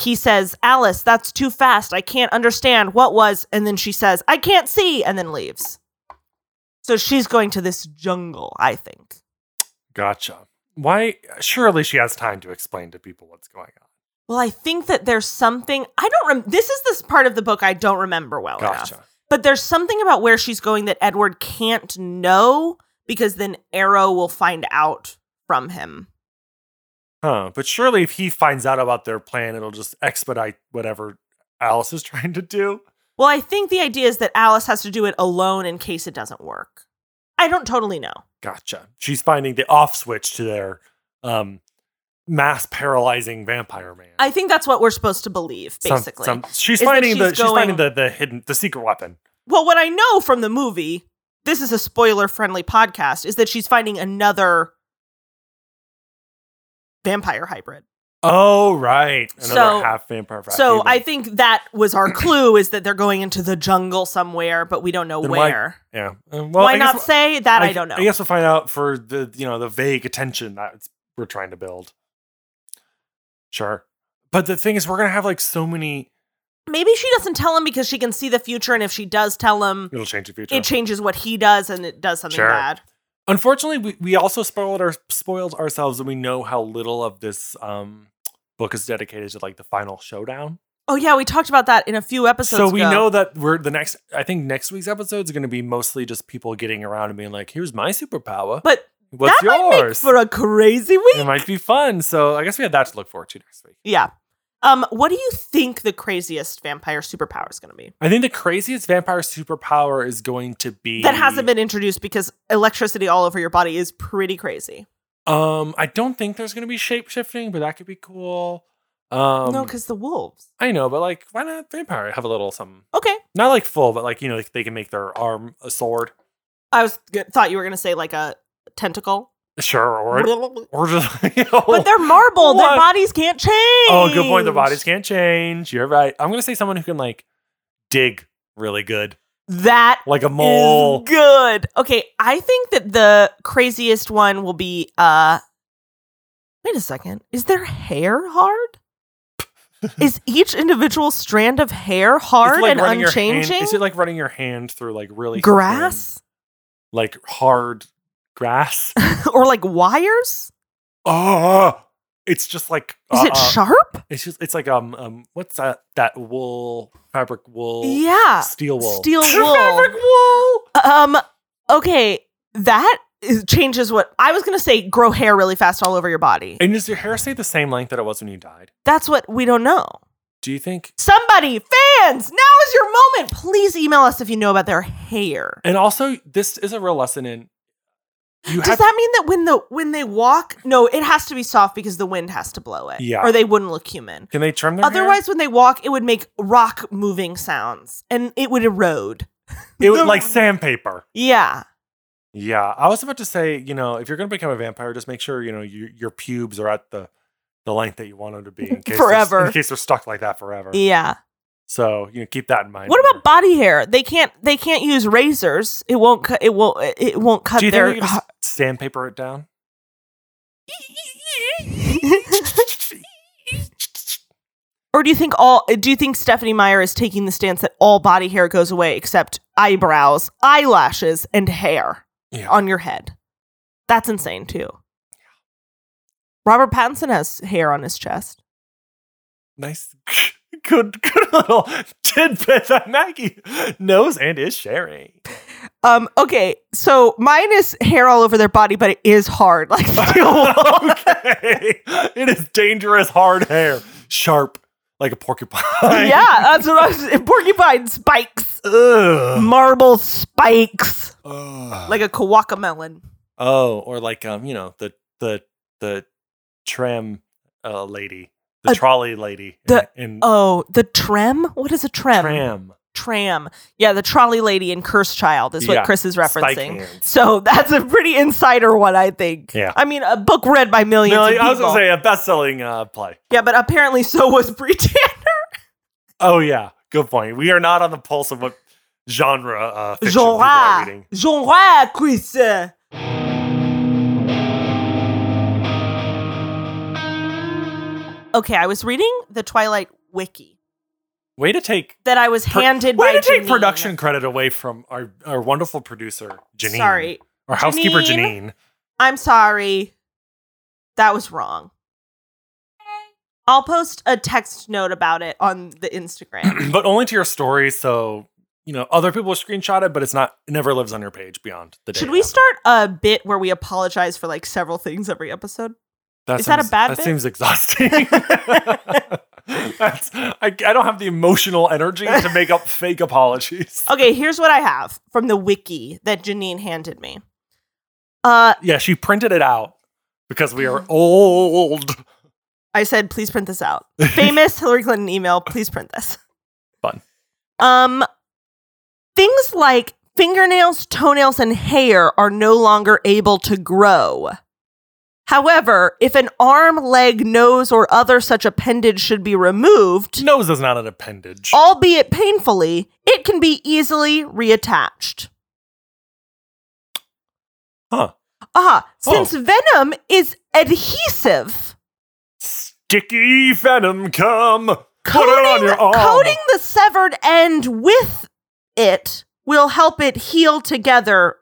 Speaker 2: He says, Alice, that's too fast. I can't understand what was. And then she says, I can't see, and then leaves. So she's going to this jungle, I think.
Speaker 1: Gotcha. Why? Surely she has time to explain to people what's going on.
Speaker 2: Well, I think that there's something I don't rem- this is this part of the book I don't remember well
Speaker 1: Gotcha.
Speaker 2: enough. But there's something about where she's going that Edward can't know because then Arrow will find out from him.
Speaker 1: Huh. But surely if he finds out about their plan, it'll just expedite whatever Alice is trying to do.
Speaker 2: Well, I think the idea is that Alice has to do it alone in case it doesn't work. I don't totally know.
Speaker 1: Gotcha. She's finding the off switch to their um, mass paralyzing vampire man.
Speaker 2: I think that's what we're supposed to believe,
Speaker 1: Some-
Speaker 2: basically.
Speaker 1: some- she's
Speaker 2: Is that
Speaker 1: finding the
Speaker 2: she's
Speaker 1: she's finding
Speaker 2: going-
Speaker 1: the, the hidden the secret weapon.
Speaker 2: Well, what I know from the movie, this is a spoiler friendly podcast, is that she's finding another vampire hybrid.
Speaker 1: Oh right, another
Speaker 2: So-
Speaker 1: half vampire. half
Speaker 2: so
Speaker 1: human.
Speaker 2: I think that was our clue is that they're going into the jungle somewhere, but we don't know
Speaker 1: Then why-
Speaker 2: where.
Speaker 1: yeah. Uh, well, I
Speaker 2: Why
Speaker 1: guess
Speaker 2: not
Speaker 1: we'll-
Speaker 2: say that? I, don't know.
Speaker 1: I guess we'll find out for the you know the vague attention that it's- we're trying to build. Sure, but the thing is, we're gonna have like so many.
Speaker 2: Maybe she doesn't tell him because she can see the future, and if she does tell him,
Speaker 1: It'll change the future.
Speaker 2: it changes what he does and it does something
Speaker 1: Sure.
Speaker 2: bad.
Speaker 1: Unfortunately, we, we also spoiled our spoiled ourselves, and we know how little of this um book is dedicated to like the final showdown.
Speaker 2: Oh yeah, we talked about that in a few episodes.
Speaker 1: so we
Speaker 2: ago.
Speaker 1: know that we're the next. I think next week's episode is gonna be mostly just people getting around and being like, "Here's my superpower.
Speaker 2: but
Speaker 1: What's
Speaker 2: that might make
Speaker 1: yours?"
Speaker 2: for a crazy week.
Speaker 1: it might be fun. So I guess we have that to look forward to next week.
Speaker 2: Yeah. Um, what do you think the craziest vampire superpower is going to be?
Speaker 1: I think the craziest vampire superpower is going to be
Speaker 2: That hasn't been introduced because electricity all over your body is pretty crazy.
Speaker 1: Um, I don't think there's going to be shape shifting, but that could be cool. Um,
Speaker 2: no, because the wolves.
Speaker 1: I know, but like, why not vampire have a little something?
Speaker 2: Okay,
Speaker 1: Not like full, but like you know, like they can make their arm a sword,
Speaker 2: I was g- thought you were going to say like a tentacle,
Speaker 1: sure, or
Speaker 2: but
Speaker 1: or just you know.
Speaker 2: they're marble. Their
Speaker 1: Oh, What?
Speaker 2: bodies can't change.
Speaker 1: oh, good point. The bodies can't change. You're right. I'm going to say someone who can like dig really good,
Speaker 2: That
Speaker 1: like a
Speaker 2: is
Speaker 1: mole.
Speaker 2: good. Okay, I think that the craziest one will be. uh Wait a second. Is their hair hard? is each individual strand of hair hard
Speaker 1: It's like
Speaker 2: and
Speaker 1: running your hand-
Speaker 2: unchanging?
Speaker 1: Is it like running your hand through like really thin,
Speaker 2: grass
Speaker 1: like hard grass?
Speaker 2: or like wires?
Speaker 1: Oh, it's just like
Speaker 2: Is it
Speaker 1: uh-uh.
Speaker 2: sharp?
Speaker 1: It's just it's like um um what's that that wool fabric wool
Speaker 2: Yeah.
Speaker 1: steel wool
Speaker 2: Steel wool.
Speaker 1: fabric wool.
Speaker 2: Um okay, that is, changes what I was going to say grow hair really fast all over your body.
Speaker 1: And does your hair stay the same length that it was when you died?
Speaker 2: That's what we don't know.
Speaker 1: Do you think?
Speaker 2: Somebody, fans, now is your moment. Please email us if you know about their hair.
Speaker 1: And also, this is a real lesson in you
Speaker 2: Does
Speaker 1: have.
Speaker 2: that mean that when the when they walk, no, it has to be soft because the wind has to blow it.
Speaker 1: Yeah.
Speaker 2: Or they wouldn't look human.
Speaker 1: can they trim their hair?
Speaker 2: Otherwise, when they walk, it would make rock moving sounds and it would erode.
Speaker 1: it would like sandpaper.
Speaker 2: Yeah.
Speaker 1: Yeah, I was about to say, you know, if you're going to become a vampire, just make sure you know your your pubes are at the the length that you want them to be in case they're-
Speaker 2: Forever.
Speaker 1: In case they're stuck like that forever.
Speaker 2: Yeah.
Speaker 1: So you know, keep that in mind.
Speaker 2: What
Speaker 1: when
Speaker 2: about body hair? They can't they can't use razors. It won't cut it won't it won't
Speaker 1: you're-
Speaker 2: cut
Speaker 1: Do you think
Speaker 2: their
Speaker 1: you can just sandpaper it down?
Speaker 2: Or do you think all do you think Stephanie Meyer is taking the stance that all body hair goes away except eyebrows, eyelashes and hair
Speaker 1: Yeah.
Speaker 2: on your head? That's insane too. Robert Pattinson has hair on his chest.
Speaker 1: Nice, good, good little tidbit that Maggie knows and is sharing.
Speaker 2: Um, okay, so mine is hair all over their body, but it is hard. Like
Speaker 1: okay, it is dangerous, hard hair, sharp like a porcupine.
Speaker 2: Yeah, that's what I was porcupine spikes.
Speaker 1: Ugh.
Speaker 2: Marble spikes.
Speaker 1: Ugh.
Speaker 2: Like a kawaka melon.
Speaker 1: oh, or like um, you know the the the tram uh, lady, the
Speaker 2: Uh,
Speaker 1: trolley lady,
Speaker 2: the-
Speaker 1: in, in
Speaker 2: Oh, the tram? What is a tram?
Speaker 1: tram
Speaker 2: Tram. Yeah, the trolley lady in Curse Child is what
Speaker 1: Yeah,
Speaker 2: Chris is
Speaker 1: spike
Speaker 2: referencing.
Speaker 1: hands.
Speaker 2: So that's a pretty insider one, I think.
Speaker 1: Yeah.
Speaker 2: I mean, a book read by millions
Speaker 1: No,
Speaker 2: of people.
Speaker 1: I was gonna say a best-selling uh, play.
Speaker 2: yeah, but apparently so was Bridget.
Speaker 1: Oh yeah, good point. We are not on the pulse of what genre uh, fiction people are
Speaker 2: Genre.
Speaker 1: reading.
Speaker 2: Genre, Chris. That Okay, I was reading the Twilight Wiki
Speaker 1: Way to take
Speaker 2: that I was
Speaker 1: Pro-
Speaker 2: handed
Speaker 1: way
Speaker 2: by
Speaker 1: to take
Speaker 2: Janine.
Speaker 1: production credit away from our, our wonderful producer Janine.
Speaker 2: Sorry.
Speaker 1: our housekeeper
Speaker 2: Janine.
Speaker 1: Janine.
Speaker 2: I'm sorry. That was wrong. I'll post a text note about it on the Instagram.
Speaker 1: but only to your story, so you know other people will screenshot it, but it's not it never lives on your page beyond the day.
Speaker 2: Should we
Speaker 1: after.
Speaker 2: start a bit where we apologize for like several things every episode?
Speaker 1: That
Speaker 2: Is that a
Speaker 1: seems-
Speaker 2: bad
Speaker 1: That
Speaker 2: bit?
Speaker 1: seems exhausting. That's, I, I don't have the emotional energy to make up fake apologies.
Speaker 2: Okay, here's what I have from the wiki that Janine handed me. Uh,
Speaker 1: Yeah, she printed it out because we
Speaker 2: Mm-hmm.
Speaker 1: are old.
Speaker 2: I said, please print this out. Famous Hillary Clinton email, please print this.
Speaker 1: Fun.
Speaker 2: Um, things like fingernails, toenails, and hair are no longer able to grow. However, if an arm, leg, nose, or other such appendage should be removed,
Speaker 1: Nose is not an appendage.
Speaker 2: albeit painfully, it can be easily reattached.
Speaker 1: Huh.
Speaker 2: Ah,
Speaker 1: Oh.
Speaker 2: since venom is adhesive,
Speaker 1: Sticky venom come. Put it on
Speaker 2: coating,
Speaker 1: your arm.
Speaker 2: coating the severed end with it will help it heal together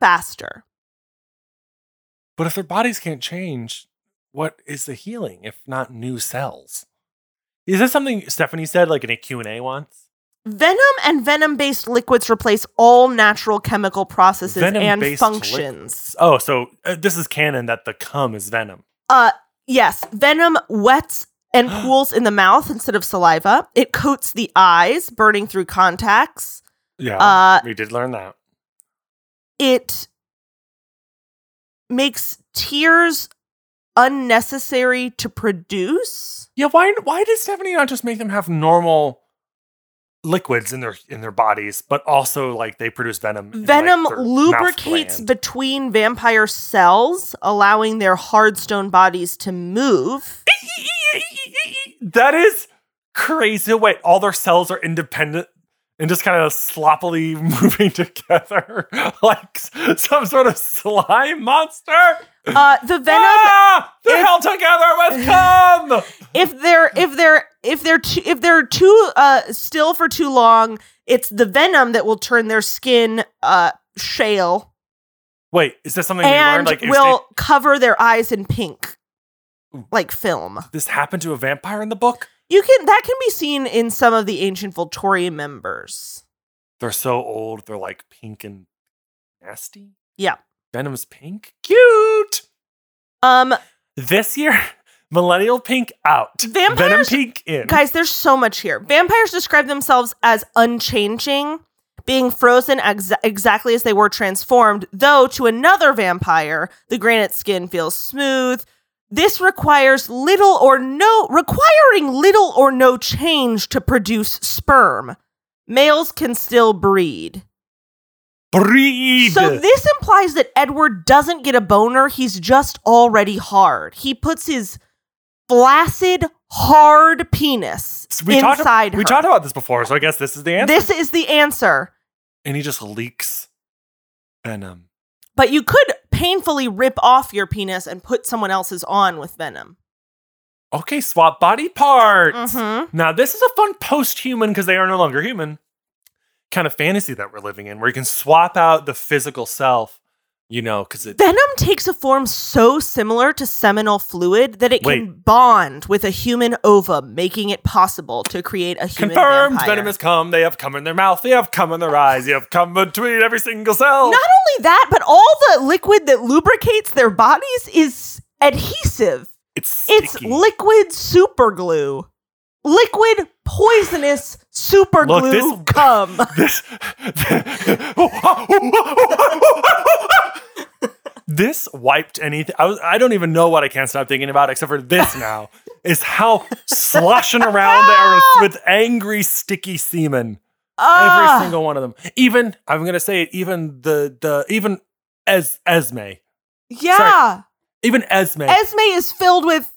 Speaker 2: faster.
Speaker 1: But if their bodies can't change, what is the healing if not new cells? Is this something Stephanie said like in a Q&A once?
Speaker 2: Venom and venom based liquids replace all natural chemical processes and
Speaker 1: Venom-based
Speaker 2: functions.
Speaker 1: liquids. Oh, so uh, this is canon that the cum is venom.
Speaker 2: Uh, yes, venom wets and pools in the mouth instead of saliva. It coats the eyes, burning through contacts.
Speaker 1: Yeah,
Speaker 2: Uh,
Speaker 1: we did learn that.
Speaker 2: it makes tears unnecessary to produce.
Speaker 1: Yeah, why why did Stephanie not just make them have normal liquids in their in their bodies, but also like they produce venom? in, like,
Speaker 2: Venom
Speaker 1: their mouth
Speaker 2: lubricates
Speaker 1: gland?
Speaker 2: between vampire cells, allowing their hard stone bodies to move.
Speaker 1: that is crazy. Wait, all their cells are independent and just kind of sloppily moving together like s- some sort of slime monster.
Speaker 2: Uh, the venom
Speaker 1: ah, they're
Speaker 2: if-
Speaker 1: held together with cum.
Speaker 2: if they're if they're if they're too, if they're too uh still for too long, it's the venom that will turn their skin uh shale
Speaker 1: Wait, is this something we learned?
Speaker 2: and
Speaker 1: Like, if
Speaker 2: will cover their eyes in pink
Speaker 1: Ooh.
Speaker 2: like film.
Speaker 1: they- this happened to a vampire in the book?
Speaker 2: You can that can be seen in some of the ancient Volturi members.
Speaker 1: They're so old. They're like pink and nasty.
Speaker 2: Yeah.
Speaker 1: Venom's pink. Cute.
Speaker 2: Um
Speaker 1: This year, millennial pink out. Venom
Speaker 2: Vampires-
Speaker 1: pink in.
Speaker 2: guys, there's so much here. Vampires describe themselves as unchanging, being frozen ex- exactly as they were transformed, though to another vampire, the granite skin feels smooth. This requires little or no requiring little or no change to produce sperm. Males can still breed.
Speaker 1: Breed.
Speaker 2: So this implies that Edward doesn't get a boner. He's just already hard. He puts his flaccid, hard penis
Speaker 1: So we talked-
Speaker 2: inside her.
Speaker 1: We talked about this before, so I guess this is the answer.
Speaker 2: This is the answer.
Speaker 1: and he just leaks venom.
Speaker 2: But you could painfully rip off your penis and put someone else's on with venom.
Speaker 1: Okay, swap body parts.
Speaker 2: Mhm.
Speaker 1: Now, this is a fun post human because they are no longer human kind of fantasy that we're living in where you can swap out the physical self, you know, because it.
Speaker 2: Venom takes a form so similar to seminal fluid that it can
Speaker 1: Wait.
Speaker 2: bond with a human ovum, making it possible to create a human
Speaker 1: Confirmed,
Speaker 2: vampire.
Speaker 1: venom has come. They have come in their mouth. They have come in their eyes. They have come between every single cell.
Speaker 2: Not only that, but all the liquid that lubricates their bodies is adhesive.
Speaker 1: it's
Speaker 2: It's
Speaker 1: sticky.
Speaker 2: liquid superglue. Liquid poisonous
Speaker 1: Look,
Speaker 2: superglue glue
Speaker 1: this-
Speaker 2: cum.
Speaker 1: this this wiped anything I, was, I don't even know what i can't stop thinking about except for this now is how sloshing around there is with angry sticky semen every
Speaker 2: Ah.
Speaker 1: single one of them even i'm gonna say it even the the even as esme
Speaker 2: Yeah.
Speaker 1: even esme
Speaker 2: Esme is filled with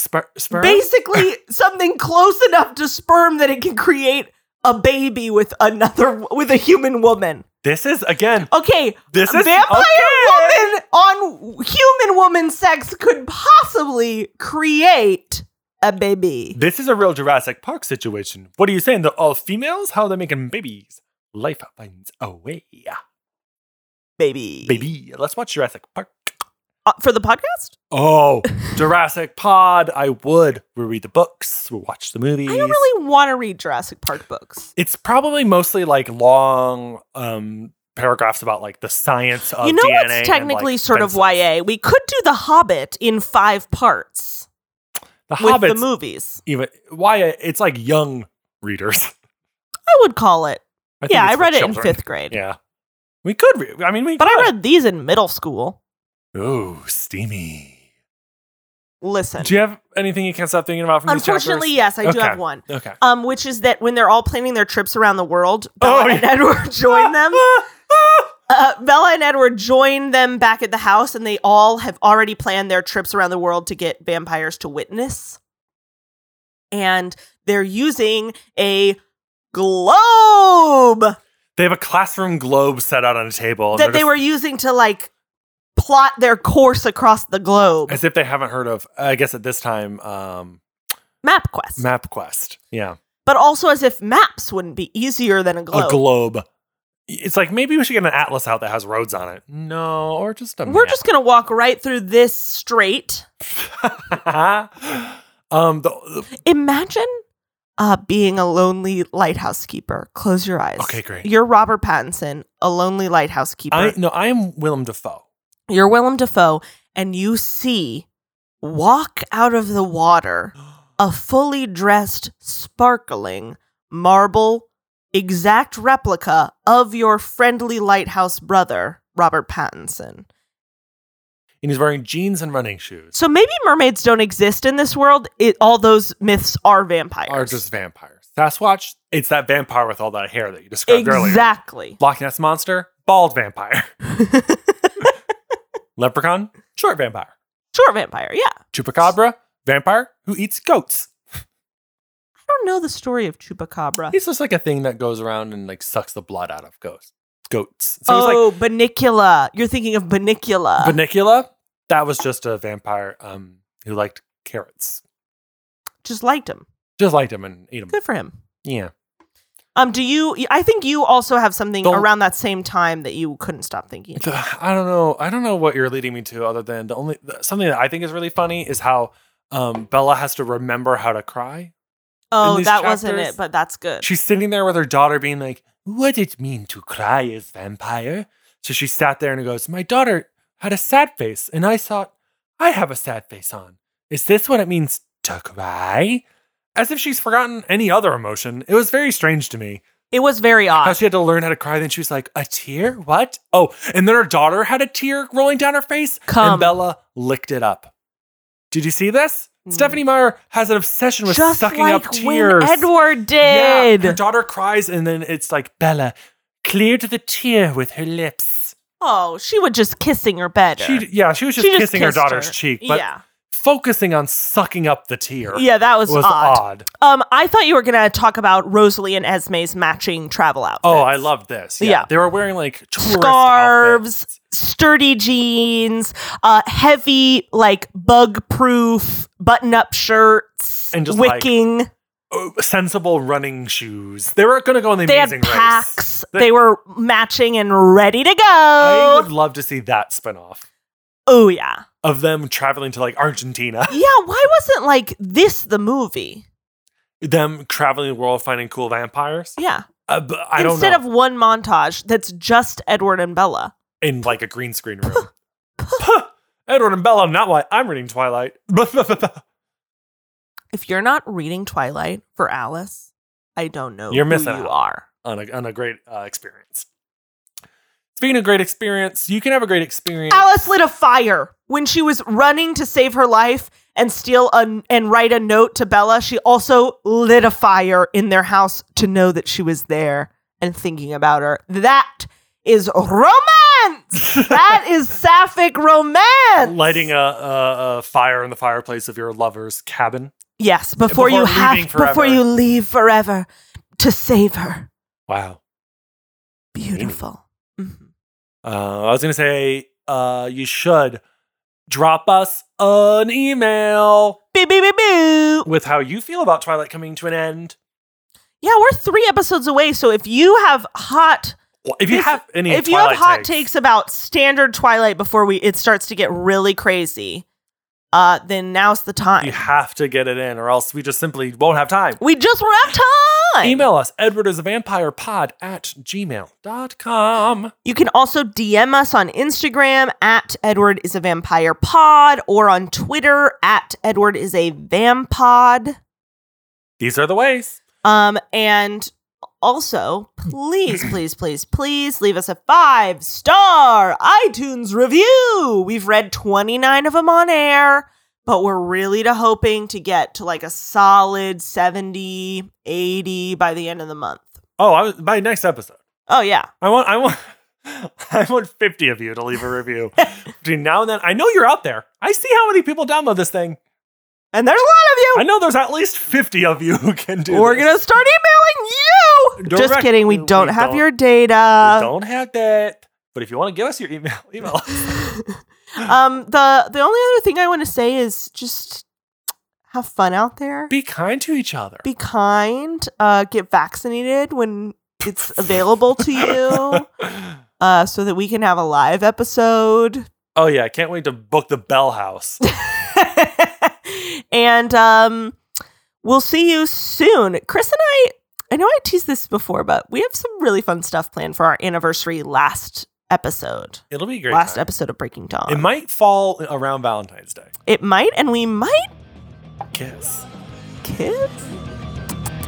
Speaker 1: Spar- sperm?
Speaker 2: basically something close enough to sperm that it can create a baby with another with a human woman.
Speaker 1: this is again
Speaker 2: Okay,
Speaker 1: this is
Speaker 2: vampire
Speaker 1: okay.
Speaker 2: woman on human woman sex could possibly create a baby.
Speaker 1: This is a real Jurassic Park situation. What are you saying? They're all females? How are they making babies? Life finds a way.
Speaker 2: Baby.
Speaker 1: Baby, let's watch Jurassic Park.
Speaker 2: Uh, for the podcast?
Speaker 1: Oh, Jurassic Pod. I would. We'll read the books. We'll watch the movies.
Speaker 2: I don't really want to read Jurassic Park books.
Speaker 1: It's probably mostly like long um, paragraphs about like the science of
Speaker 2: you know
Speaker 1: DNA.
Speaker 2: what's technically
Speaker 1: and, like,
Speaker 2: sort of
Speaker 1: fences.
Speaker 2: YA? We could do The Hobbit in five parts
Speaker 1: the
Speaker 2: with
Speaker 1: Hobbits
Speaker 2: the movies.
Speaker 1: even YA. It's like young readers.
Speaker 2: I would call it.
Speaker 1: I think
Speaker 2: yeah,
Speaker 1: it's
Speaker 2: I
Speaker 1: for
Speaker 2: read it in
Speaker 1: children.
Speaker 2: fifth grade.
Speaker 1: Yeah, we could. Re- I mean, we.
Speaker 2: But
Speaker 1: could.
Speaker 2: I read these in middle school.
Speaker 1: Oh, steamy.
Speaker 2: Listen.
Speaker 1: Do you have anything you can't stop thinking about from these chapters?
Speaker 2: Unfortunately, yes, I do have one.
Speaker 1: Okay.
Speaker 2: Um, which is that when they're all planning their trips around the world, Bella
Speaker 1: Oh,
Speaker 2: and Edward join them. Uh, Bella and Edward join them back at the house, and they all have already planned their trips around the world to get vampires to witness. And they're using a
Speaker 1: Oh,
Speaker 2: globe
Speaker 1: They have a classroom globe set out on a table. and
Speaker 2: that they
Speaker 1: they're
Speaker 2: were using to like plot their course across the globe.
Speaker 1: just- as if they haven't heard of. I guess at this time, um,
Speaker 2: Map quest.
Speaker 1: MapQuest. Yeah,
Speaker 2: but also as if maps wouldn't be easier than a globe.
Speaker 1: a globe. It's like maybe we should get an atlas out that has roads on it. No, or just a.
Speaker 2: We're
Speaker 1: map.
Speaker 2: just going to walk right through this straight.
Speaker 1: um, the,
Speaker 2: Imagine uh, being a lonely lighthouse keeper. Close your eyes.
Speaker 1: Okay, great.
Speaker 2: You're Robert Pattinson, a lonely lighthouse keeper.
Speaker 1: I no, I am Willem Dafoe.
Speaker 2: You're Willem Dafoe, and you see walk out of the water a fully dressed, sparkling marble exact replica of your friendly lighthouse brother, Robert Pattinson.
Speaker 1: And he's wearing jeans and running shoes.
Speaker 2: So maybe mermaids don't exist in this world. It, all those myths are vampires.
Speaker 1: Are just vampires. Sasquatch. It's that vampire with all that hair that you described earlier.
Speaker 2: exactly.
Speaker 1: Loch Ness monster. Bald vampire. Leprechaun. Short vampire.
Speaker 2: Short vampire, yeah. I
Speaker 1: Chupacabra. Vampire who eats goats.
Speaker 2: don't know the story of Chupacabra.
Speaker 1: He's just like a thing that goes around and like sucks the blood out of goats. Goats. So he's like
Speaker 2: oh, uh. Banicula. You're thinking of Banicula.
Speaker 1: Vanicula. That was just a vampire um, who liked carrots.
Speaker 2: Just liked him.
Speaker 1: Just liked him and ate him.
Speaker 2: Good for him.
Speaker 1: Yeah.
Speaker 2: Um, do you? I think you also have something
Speaker 1: Don't-
Speaker 2: around that same time that you couldn't stop thinking.
Speaker 1: The- I don't know. I don't know what you're leading me to other than the only the, something that I think is really funny is how um, Bella has to remember how to cry.
Speaker 2: Oh,
Speaker 1: these
Speaker 2: that wasn't
Speaker 1: chapters-
Speaker 2: it, but that's good.
Speaker 1: She's sitting there with her daughter being like, What it mean to cry as vampire? So she sat there and goes, My daughter had a sad face, and I thought, I have a sad face on. Is this what it means to cry? As if she's forgotten any other emotion. It was very strange to me.
Speaker 2: It was very
Speaker 1: How
Speaker 2: odd.
Speaker 1: she had to learn how to cry, then she was like, a tear? What? Oh, and then her daughter had a tear rolling down her face,
Speaker 2: Come.
Speaker 1: and Bella licked it up. Did you see this? Stephanie Meyer has an obsession with
Speaker 2: Hmm. Just
Speaker 1: sucking
Speaker 2: like
Speaker 1: up
Speaker 2: when
Speaker 1: tears.
Speaker 2: Edward
Speaker 1: Yeah,
Speaker 2: did.
Speaker 1: her daughter cries, and then it's like Bella cleared the tear with her lips.
Speaker 2: oh, she was just kissing her better.
Speaker 1: She, yeah, she was just
Speaker 2: She just
Speaker 1: kissing her
Speaker 2: kissed
Speaker 1: daughter's
Speaker 2: her.
Speaker 1: cheek, but
Speaker 2: yeah,
Speaker 1: focusing on sucking up the tear
Speaker 2: yeah, that was,
Speaker 1: was
Speaker 2: odd.
Speaker 1: odd.
Speaker 2: Um, I thought you were gonna talk about Rosalie and Esme's matching travel outfits.
Speaker 1: Oh, I loved this. Yeah,
Speaker 2: Yeah.
Speaker 1: they were wearing like tourist
Speaker 2: scarves,
Speaker 1: outfits.
Speaker 2: sturdy jeans, uh, heavy like bug-proof button-up shirts,
Speaker 1: And just, like,
Speaker 2: wicking.
Speaker 1: oh, sensible running shoes. They were going to go in the
Speaker 2: they had
Speaker 1: amazing race.
Speaker 2: packs.
Speaker 1: They-
Speaker 2: They, were matching and ready to
Speaker 1: I
Speaker 2: go.
Speaker 1: would love to see that spinoff
Speaker 2: oh yeah,
Speaker 1: of them traveling to like Argentina,
Speaker 2: yeah. Why wasn't like this the movie?
Speaker 1: them traveling the world finding cool vampires.
Speaker 2: Yeah.
Speaker 1: Uh, but I don't
Speaker 2: Instead
Speaker 1: know.
Speaker 2: of one montage that's just Edward and Bella.
Speaker 1: in like a green screen room. Puh. Edward and Bella, not why I'm reading Twilight.
Speaker 2: If you're not reading Twilight for Alice, I don't know
Speaker 1: You're
Speaker 2: who
Speaker 1: missing
Speaker 2: you
Speaker 1: out.
Speaker 2: are.
Speaker 1: on, a, on a great uh, experience. Speaking of great experience, you can have a great experience.
Speaker 2: Alice lit a fire when she was running to save her life and steal a, and write a note to Bella. She also lit a fire in their house to know that she was there and thinking about her. That is romance. that is sapphic romance.
Speaker 1: Lighting a, a, a fire in the fireplace of your lover's cabin.
Speaker 2: yes, before,
Speaker 1: Before
Speaker 2: you have
Speaker 1: leaving forever.
Speaker 2: before you leave forever to save her.
Speaker 1: Wow.
Speaker 2: Beautiful. Mhm.
Speaker 1: Uh, I was going to say, uh, you should drop us an email
Speaker 2: Beep beep beep beep.
Speaker 1: with how you feel about Twilight coming to an end.
Speaker 2: Yeah, we're three episodes away. So if you have hot
Speaker 1: Well, If you
Speaker 2: This-
Speaker 1: have any,
Speaker 2: if you have
Speaker 1: Twilight
Speaker 2: hot takes. about standard Twilight before we it starts to get really crazy, uh, then now's the time.
Speaker 1: you have to get it in, or else we just simply won't have time.
Speaker 2: We just won't have on.
Speaker 1: Email us, Edward is a vampire pod at gmail.com.
Speaker 2: You can also DM us on Instagram at Edward is a vampire pod or on Twitter at Edward is a vampod.
Speaker 1: These are the ways.
Speaker 2: Um, and also, please, please, please, please leave us a five star iTunes review. We've read 29 of them on air, but we're really to hoping to get to like a solid 70, 80 by the end of the month.
Speaker 1: Oh, I was, by next episode.
Speaker 2: Oh, yeah.
Speaker 1: I want I want I want 50 of you to leave a review. Between now and then, I know you're out there. I see how many people download this thing.
Speaker 2: And there's a
Speaker 1: I
Speaker 2: lot of
Speaker 1: know there's at least 50 of you who can do
Speaker 2: you. We're
Speaker 1: this.
Speaker 2: going to start emailing you. Just
Speaker 1: Direct-
Speaker 2: kidding. We
Speaker 1: we
Speaker 2: don't have
Speaker 1: don't.
Speaker 2: your
Speaker 1: we
Speaker 2: data.
Speaker 1: don't have that. But if you want to give us your email, email us.
Speaker 2: um, the, the only other thing I want to say is just have fun out there.
Speaker 1: Be kind to each other.
Speaker 2: be kind uh get vaccinated when it's available to you uh so that we can have a live episode
Speaker 1: oh yeah, I can't wait to book the Bell House.
Speaker 2: and um we'll see you soon chris and i i know i teased this before but we have some really fun stuff planned for our anniversary last episode
Speaker 1: It'll be a great.
Speaker 2: last
Speaker 1: time.
Speaker 2: episode of breaking dawn
Speaker 1: It might fall around Valentine's Day.
Speaker 2: it might and we might
Speaker 1: Kiss.
Speaker 2: kiss